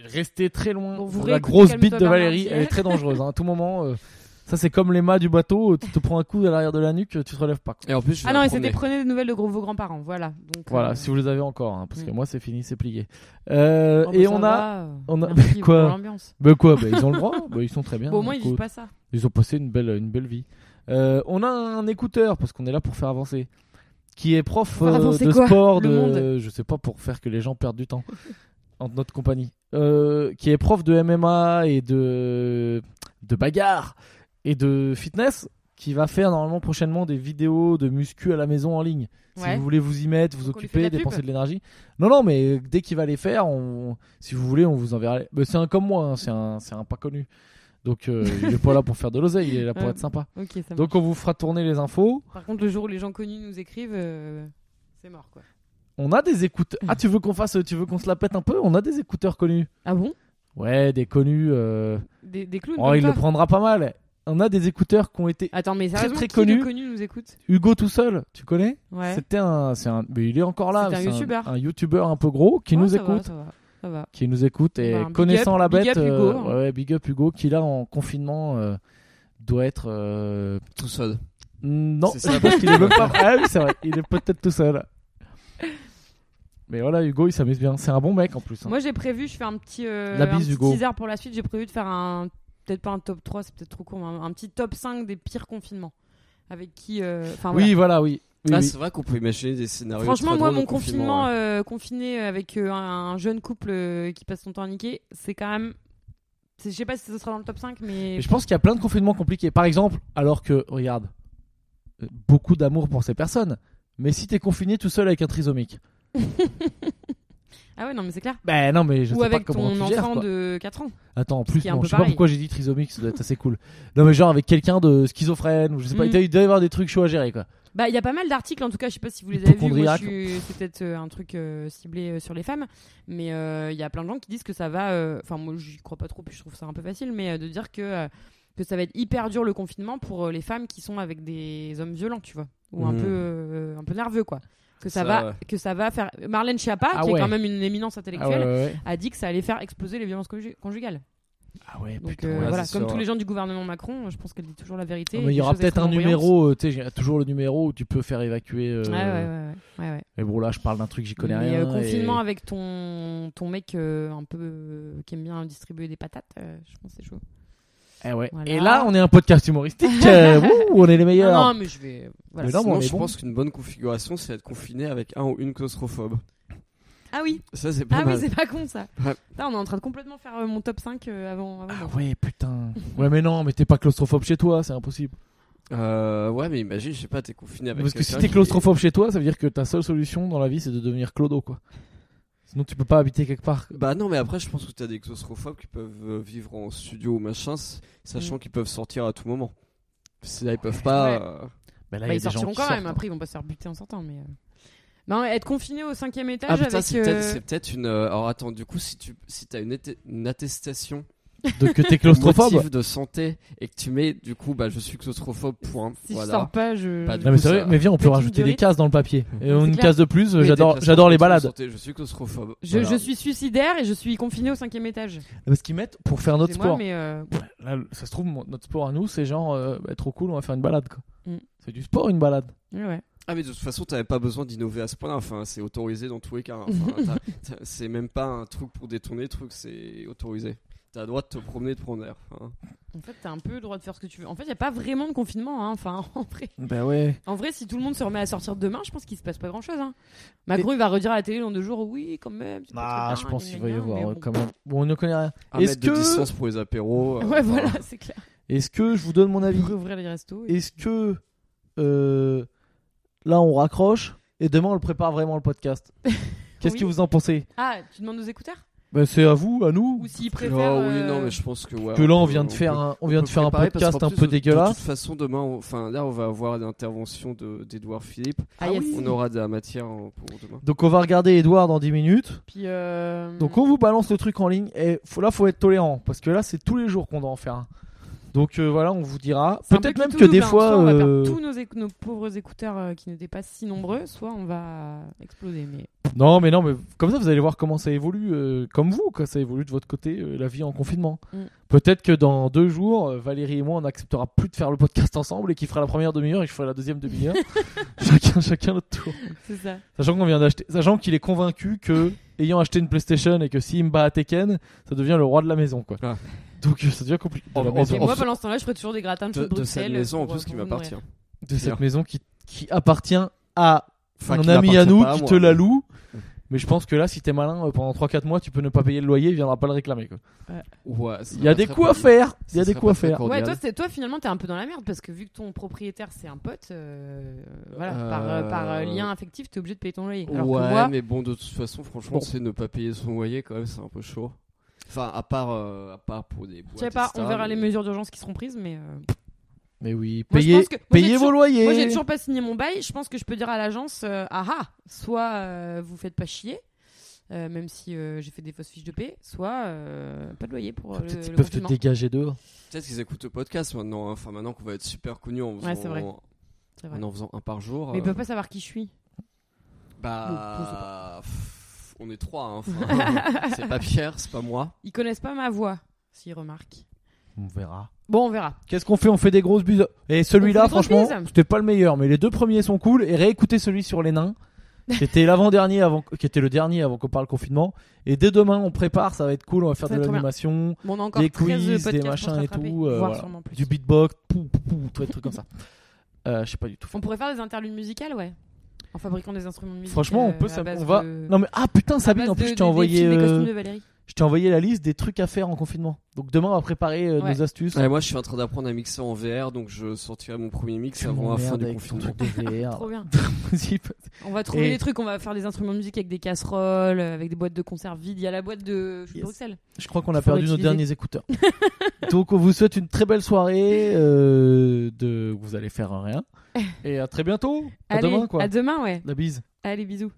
A: rester très loin.
B: Bon, vous
A: la
B: réécoutez,
A: grosse
B: calme-toi,
A: bite de
B: Bernard
A: Valérie,
B: Thiers.
A: elle est très dangereuse. hein. À tout moment, euh, ça c'est comme les mâts du bateau. Tu te prends un coup à l'arrière de la nuque, tu te relèves pas. quoi.
C: Et en plus, je vais
B: Ah non,
C: la
B: et c'était
C: promener.
B: prenez des nouvelles de gros- vos grands-parents, voilà. Donc,
A: Voilà,
B: euh,
A: si vous les avez encore, hein, parce que
B: Mm.
A: moi c'est fini, c'est plié. Euh,
B: oh, bah,
A: et
B: ça
A: on a,
B: va, euh,
A: on a-
B: merci
A: quoi
B: pour l'ambiance.
A: bah quoi, bah, ils ont le droit, bah, ils sont très bien.
B: Bon, au moins,
A: hein,
B: ils
A: quoi.
B: vivent pas ça.
A: Ils ont passé une belle, une belle vie. Euh, on a un écouteur parce qu'on est là pour faire avancer. Qui est prof
B: Faire
A: euh,
B: avancer
A: de
B: quoi
A: sport,
B: Le
A: de,
B: monde
A: je sais pas pour faire que les gens perdent du temps en notre compagnie. Euh, qui est prof de MMA et de de bagarre et de fitness, qui va faire normalement prochainement des vidéos de muscu à la maison en ligne. Si
B: Ouais.
A: vous voulez vous y mettre, vous
B: Donc on lui fait
A: occuper,
B: de la pub
A: dépenser de l'énergie. Non, non, mais euh, dès qu'il va les faire, on, si vous voulez, on vous enverra. les- Mais c'est un comme moi, hein, c'est un, c'est un pas connu. Donc euh, il est pas là pour faire de l'oseille, il est là pour
B: Ouais.
A: être sympa.
B: Ok, ça marche.
A: Donc on vous fera tourner les infos.
B: Par contre, le jour où les gens connus nous écrivent, euh, c'est mort, quoi.
A: On a des écouteurs. Ah, tu veux qu'on fasse, tu veux qu'on se la pète un peu On a des écouteurs connus.
B: Ah bon
A: Ouais, des connus. euh,
B: Des, des clowns
A: Oh,
B: comme
A: il
B: toi
A: le prendra pas mal. On a des écouteurs qui ont été
B: Attends, mais sérieusement,
A: très
B: qui de
A: connu.
B: connu nous écoute
A: Hugo tout seul. Tu connais
B: Ouais.
A: C'était un, c'est un, mais il est encore là.
B: C'est un youtubeur.
A: un youtubeur un peu gros qui
B: Ouais,
A: nous
B: ça
A: écoute.
B: va, ça va, ça va.
A: qui nous écoute et
B: Ben, big
A: connaissant
B: up-
A: la
B: big
A: bête,
B: up Hugo,
A: euh,
B: hein.
A: ouais, big up Hugo qui là en confinement euh, doit être euh,
C: Tout seul.
A: non,
C: C'est
A: c'est
C: ça,
A: parce
C: parce
A: qu'il est même pas. Ah oui, c'est vrai, il est peut-être tout seul. Mais voilà, Hugo, il s'amuse bien. C'est un bon mec en plus. hein.
B: Moi, j'ai prévu, je fais un petit, euh,
A: La
B: un
A: bise,
B: petit
A: Hugo.
B: teaser pour la suite. J'ai prévu de faire un, peut-être pas un top 3, c'est peut-être trop court, mais un, un petit top 5 des pires confinements. Avec qui. euh, Enfin, voilà.
A: oui, voilà, oui. oui,
C: ah,
A: oui.
C: c'est vrai qu'on peut imaginer des scénarios.
B: Franchement,
C: très
B: moi,
C: drôles
B: mon
C: de confinement,
B: confinement
C: ouais.
B: euh, confiné avec euh, un jeune couple euh, qui passe son temps à niquer, c'est quand même. c'est- Je sais pas si ce sera dans le top 5, mais.
A: Mais je pense qu'il y a plein de confinements compliqués. Par exemple, alors que regarde, euh, beaucoup d'amour pour ces personnes. Mais si t'es confiné tout seul avec un trisomique,
B: Ah ouais, non, mais c'est clair.
A: ben non, mais je
B: Ou
A: sais
B: avec
A: pas comment
B: ton
A: tu gères,
B: enfant
A: quoi.
B: de 4 ans.
A: Attends, en plus,
B: qui est un
A: non,
B: peu
A: je sais pas
B: pareil.
A: pourquoi j'ai dit trisomique, ça doit être assez cool. Non, mais genre avec quelqu'un de schizophrène, ou je sais pas,
B: Mm.
A: il doit- il doit y avoir des trucs chauds à gérer, quoi.
B: Bah, il y a pas mal d'articles, en tout cas, je sais pas si vous les avez vus. Moi,
A: Hypochondriaque.
B: je suis- C'est peut-être euh, un truc euh, ciblé euh, sur les femmes, mais euh, il y a plein de gens qui disent que ça va. euh, Enfin, moi, j'y crois pas trop, puis je trouve ça un peu facile, mais euh, de dire que, euh, que ça va être hyper dur le confinement pour euh, les femmes qui sont avec des hommes violents, tu vois, ou un
A: Mmh.
C: Mhm.
B: peu euh, un peu nerveux, quoi. Que ça,
C: Ça,
B: va,
C: ouais.
B: que ça va faire. Marlène Schiappa,
A: Ah
B: qui
A: ouais.
B: est quand même une éminence
A: Ah
B: intellectuelle,
A: ouais, ouais, ouais.
B: a dit que ça allait faire exploser les violences conju- conjugales.
A: Ah ouais,
B: Donc
A: putain.
B: euh,
A: ouais.
B: voilà,
C: c'est
B: comme
C: sûr,
B: tous
C: ouais.
B: les gens du gouvernement Macron, je pense qu'elle dit toujours la vérité.
A: Non,
B: et
A: mais il y
B: des
A: aura
B: choses
A: peut-être un
B: extrêmement brillantes.
A: numéro, euh, tu sais, il y a toujours le numéro où tu peux faire évacuer. euh,
B: Ouais, Ah ouais, ouais, ouais, ouais, ouais.
A: Mais bon, là, je parle d'un truc, j'y connais
B: Mais,
A: rien.
B: euh,
A: et-
B: confinement avec ton, ton mec euh, un peu euh, qui aime bien distribuer des patates, euh, je pense que c'est chaud.
A: Eh ouais.
B: Voilà.
A: Et là, on est un podcast humoristique. euh, ouh, on est les meilleurs.
B: Ah Non, non, mais je vais. euh, Voilà.
A: Mais non, mais on
C: Sinon,
A: est
C: je
A: bon.
C: pense qu'une bonne configuration, c'est être confiné avec un ou une claustrophobe.
B: Ah oui,
C: Ça, c'est pas
B: ah
A: bah.
B: oui,
C: mal.
B: c'est pas con ça.
C: Ouais.
B: Là, on est en train de complètement faire euh, mon top 5 euh, avant. avant
A: Ah ouais, putain. Ouais, mais non, mais t'es pas claustrophobe chez toi, c'est impossible.
C: Euh, ouais, mais imagine, je sais pas, t'es confiné avec.
A: Parce que si
C: quelqu'un
A: t'es
C: qui-
A: claustrophobe chez toi, ça veut dire que ta seule solution dans la vie, c'est de devenir clodo, quoi. Sinon, tu peux pas habiter quelque part.
C: Bah non, mais après, je pense que t'as des claustrophobes qui peuvent euh, vivre en studio ou machin, s-
B: Mm.
C: sachant qu'ils peuvent sortir à tout moment. Parce que là, ils peuvent pas. euh,
A: Bah, là,
B: Bah,
A: y a
B: ils
A: des gens
B: sortiront
A: qui
B: quand même,
A: sortent, hein.
B: après ils vont pas se faire buter en sortant. Mais euh. Non, mais être confiné au cinquième étage
C: Ah putain,
B: avec.
C: c'est peut-être
B: euh,
C: c'est peut-être une. euh, Alors attends, du coup, si tu si t'as une, atte- une attestation
A: De que t'es claustrophobe.
C: motif de santé et que tu mets du coup, bah je suis claustrophobe. Point.
B: Si je
C: voilà.
B: sors pas, je.
C: Pas de-
A: Non, mais
C: coup,
A: c'est vrai,
C: ça-
A: mais viens, on peut
B: Pétine
A: rajouter
B: de
A: des
B: riz.
A: cases dans le papier. Et
B: C'est
A: une
B: clair.
A: case de plus, euh,
C: Oui,
A: j'adore,
C: t'es
A: j'adore les
C: classement
A: balades.
C: santé, je suis claustrophobe.
B: Je,
C: Voilà.
B: je suis suicidaire et je suis confiné au cinquième étage.
A: Parce qu'ils mettent, pour faire notre sport,
B: Excusez-moi, mais euh,
A: Là, ça se trouve, mon- notre sport à nous, c'est genre, euh, bah, trop cool, on va faire une balade. quoi.
B: Mm.
A: C'est du sport, une balade.
B: ouais, ouais.
C: Ah mais de toute façon t'avais pas besoin d'innover à ce point-là, enfin c'est autorisé dans tous les cas. Enfin, t'as- t'as- c'est même pas un truc pour détourner le truc, c'est autorisé. T'as le droit de te promener, de prendre l'air. hein.
B: En fait, t'as un peu le droit de faire ce que tu veux. En fait, y a pas vraiment de confinement. hein. Enfin, en vrai,
A: Ben ouais.
B: en vrai, si tout le monde se remet à sortir demain, je pense qu'il se passe pas grand-chose. hein. Macron, il va redire à la télé dans deux jours, oui, quand même. c'est
A: Ah,
B: pas
A: je
B: très bien,
A: pense
B: gna,
A: qu'il va y
B: gna, gna,
A: avoir
B: mais
A: euh,
B: bon.
A: quand même. Bon, on ne connaît rien.
C: Un
A: Est-ce
C: mètre de
A: que-
C: distance pour les apéros. euh,
B: Ouais,
C: enfin,
B: voilà, c'est clair.
A: Est-ce que je vous donne mon avis
B: Réouvrir les restos. et-
A: Est-ce que euh, là, on raccroche et demain, on le prépare vraiment le podcast Qu'est-ce
B: Oui.
A: que vous en pensez
B: Ah, tu demandes aux écouteurs
A: ben, C'est à vous, à nous.
B: Ou s'ils
C: genre,
B: préfèrent.
A: Oh,
C: Ah oui,
B: euh,
C: non mais je pense que ouais.
A: que là, Euh, on
C: peut-
A: vient de faire
C: peut-
A: un, on
C: on
A: vient
C: peut
A: de faire un
C: préparer, parce qu'en
A: podcast un
C: plus,
A: peu
C: de- De
A: dégueulasse.
C: toute façon demain, on- enfin là on va avoir l'intervention de- d'Edouard Philippe.
B: Ah, yes.
C: On aura de la matière euh, pour demain.
A: Donc, on va regarder Edouard dans 10 minutes.
B: Puis, euh,
A: Donc on vous balance le truc en ligne et faut, là faut être tolérant parce que là c'est tous les jours qu'on doit en faire un. Donc euh, voilà, on vous dira.
B: c'est un
A: Peut-être
B: peu
A: même
B: tout
A: que
B: double,
A: des
B: hein.
A: fois,
B: Soit on va
A: euh,
B: perdre tous nos, éc- nos pauvres écouteurs euh, qui n'étaient pas si nombreux, soit on va exploser. Mais
A: non mais non mais comme ça vous allez voir comment ça évolue, euh, comme vous, quoi, ça évolue de votre côté euh, la vie en confinement.
B: Mm.
A: Peut-être que dans deux jours, euh, Valérie et moi on n'acceptera plus de faire le podcast ensemble et qu'il fera la première demi-heure et que je ferai la deuxième demi-heure. chacun chacun notre tour.
B: c'est ça.
A: Sachant qu'on vient d'acheter, sachant qu'il est convaincu que ayant acheté une PlayStation et que s'il me bat à Tekken, ça devient le roi de la maison quoi.
C: Ah.
A: Donc euh, ça devient compliqué. de la
C: En- en-
A: maison.
B: Et moi, pendant ce temps-là, je ferai toujours des gratins de,
C: De,
B: chou
C: de cette
B: Bruxelles
C: maison en
B: pour,
C: plus
B: euh,
C: qui
B: pour vous
C: m'appartient.
A: de cette
C: Bien.
A: maison qui, qui appartient à
C: Enfin,
A: un
C: qui
A: ami
C: m'appartient
A: à nous
C: pas
A: qui
C: moi.
A: te la loue.
C: Mm.
A: Mais je pense que là, si t'es malin, euh, pendant 3-4 mois, tu peux ne pas payer le loyer, il viendra pas le réclamer. quoi.
C: Ouais, ça
A: Il y a
C: serait
A: des
C: pas
A: coups à
C: très-
A: faire. Il
C: ça
A: y a des
C: serait
A: coups à
C: pas très
A: faire.
B: nourrir. Ouais, toi,
C: cordial.
B: c'est- toi, finalement, t'es un peu dans la merde parce que vu que ton propriétaire c'est un pote, euh, voilà,
C: Euh,
B: par, euh, par, euh, lien affectif, t'es obligé de payer ton loyer. Alors
C: ouais,
B: que moi,
C: mais bon, de toute façon, franchement,
A: Bon.
C: c'est ne pas payer son loyer quand même, c'est un peu chaud. Enfin, à part, euh, à part pour des.
B: je sais pas, on verra les mesures d'urgence qui seront prises, mais. euh,
A: Mais oui,
B: Moi, je
A: payez,
B: pense que- moi,
A: payez
B: j'ai
A: vos
B: toujours-
A: loyers.
B: Moi, j'ai toujours pas signé mon bail. Je pense que je peux dire à l'agence euh, ah ah, soit euh, vous faites pas chier, euh, même si euh, j'ai fait des fausses fiches de paie, soit euh, pas de loyer pour euh, le,
A: Peut-être qu'ils
B: le
A: peuvent te
B: confinement.
A: dégager dehors.
C: Peut-être qu'ils écoutent le podcast maintenant. hein. Enfin, maintenant qu'on va être super connus en,
B: Ouais, c'est
C: faisant-
B: vrai.
C: en-
B: C'est vrai.
C: en en faisant un par jour.
B: Mais ils
C: euh,
B: peuvent pas savoir qui je suis. je sais
C: Bah. pff, On est trois. hein. Enfin, c'est pas Pierre, c'est pas moi.
B: Ils connaissent pas ma voix, s'ils remarquent.
A: On verra.
B: Bon, on verra.
A: Qu'est-ce qu'on fait On fait des grosses buses. Et
B: On
A: celui-là,
B: fait des grosses
A: franchement,
B: bises.
A: c'était pas le meilleur, mais les deux premiers sont cool. Et réécoutez celui sur les nains, qui était l'avant-dernier, avant, qui était le dernier avant qu'on parle confinement. Et dès demain, on prépare, ça va être cool. On va faire
B: Ça
A: de
B: va être trop bien.
A: l'animation.
B: Bon, on a encore
A: des
B: 13
A: quiz,
B: podcasts
A: des
B: pour se
A: machins et
B: rattraper,
A: tout, euh,
B: voire
A: voilà.
B: sûrement plus.
A: du beatbox, pou, pou, pou, tout des trucs comme ça. Euh, je sais pas du tout.
B: On pourrait faire des interludes musicales, ouais. En fabriquant des instruments de musique.
A: Franchement, on
B: euh,
A: peut,
B: à
A: ça-
B: base
A: on va-
B: de-
A: Non mais ah putain
B: à
A: Sabine,
B: base
A: en plus
B: de-
A: je
B: des-
A: t'ai envoyé,
B: Des films, des costumes
A: euh,
B: de Valérie.
A: je t'ai envoyé la liste des trucs à faire en confinement. Donc demain on va préparer euh,
B: Ouais.
A: nos astuces.
C: Ouais, moi, je suis en train d'apprendre à mixer en VR, donc je sortirai mon premier mix
A: Tu
C: avant la fin
A: m'emmerdes
C: du
A: avec ton
C: confinement.
A: truc de VR.
B: Trop bien.
A: Vas-y,
B: On va trouver
A: Et-
B: des trucs, on va faire des instruments de musique avec des casseroles, euh, avec des boîtes de conserve vides. Il y a la boîte de je suis de
A: Yes.
B: Bruxelles.
A: je crois qu'on a
B: Faut
A: perdu nos
B: réutiliser.
A: derniers écouteurs. Donc on vous souhaite une très belle soirée. euh, de... Vous allez faire un rien. Et à très bientôt. À
B: Allez,
A: demain quoi.
B: À demain, ouais.
A: La bise.
B: Allez, bisous.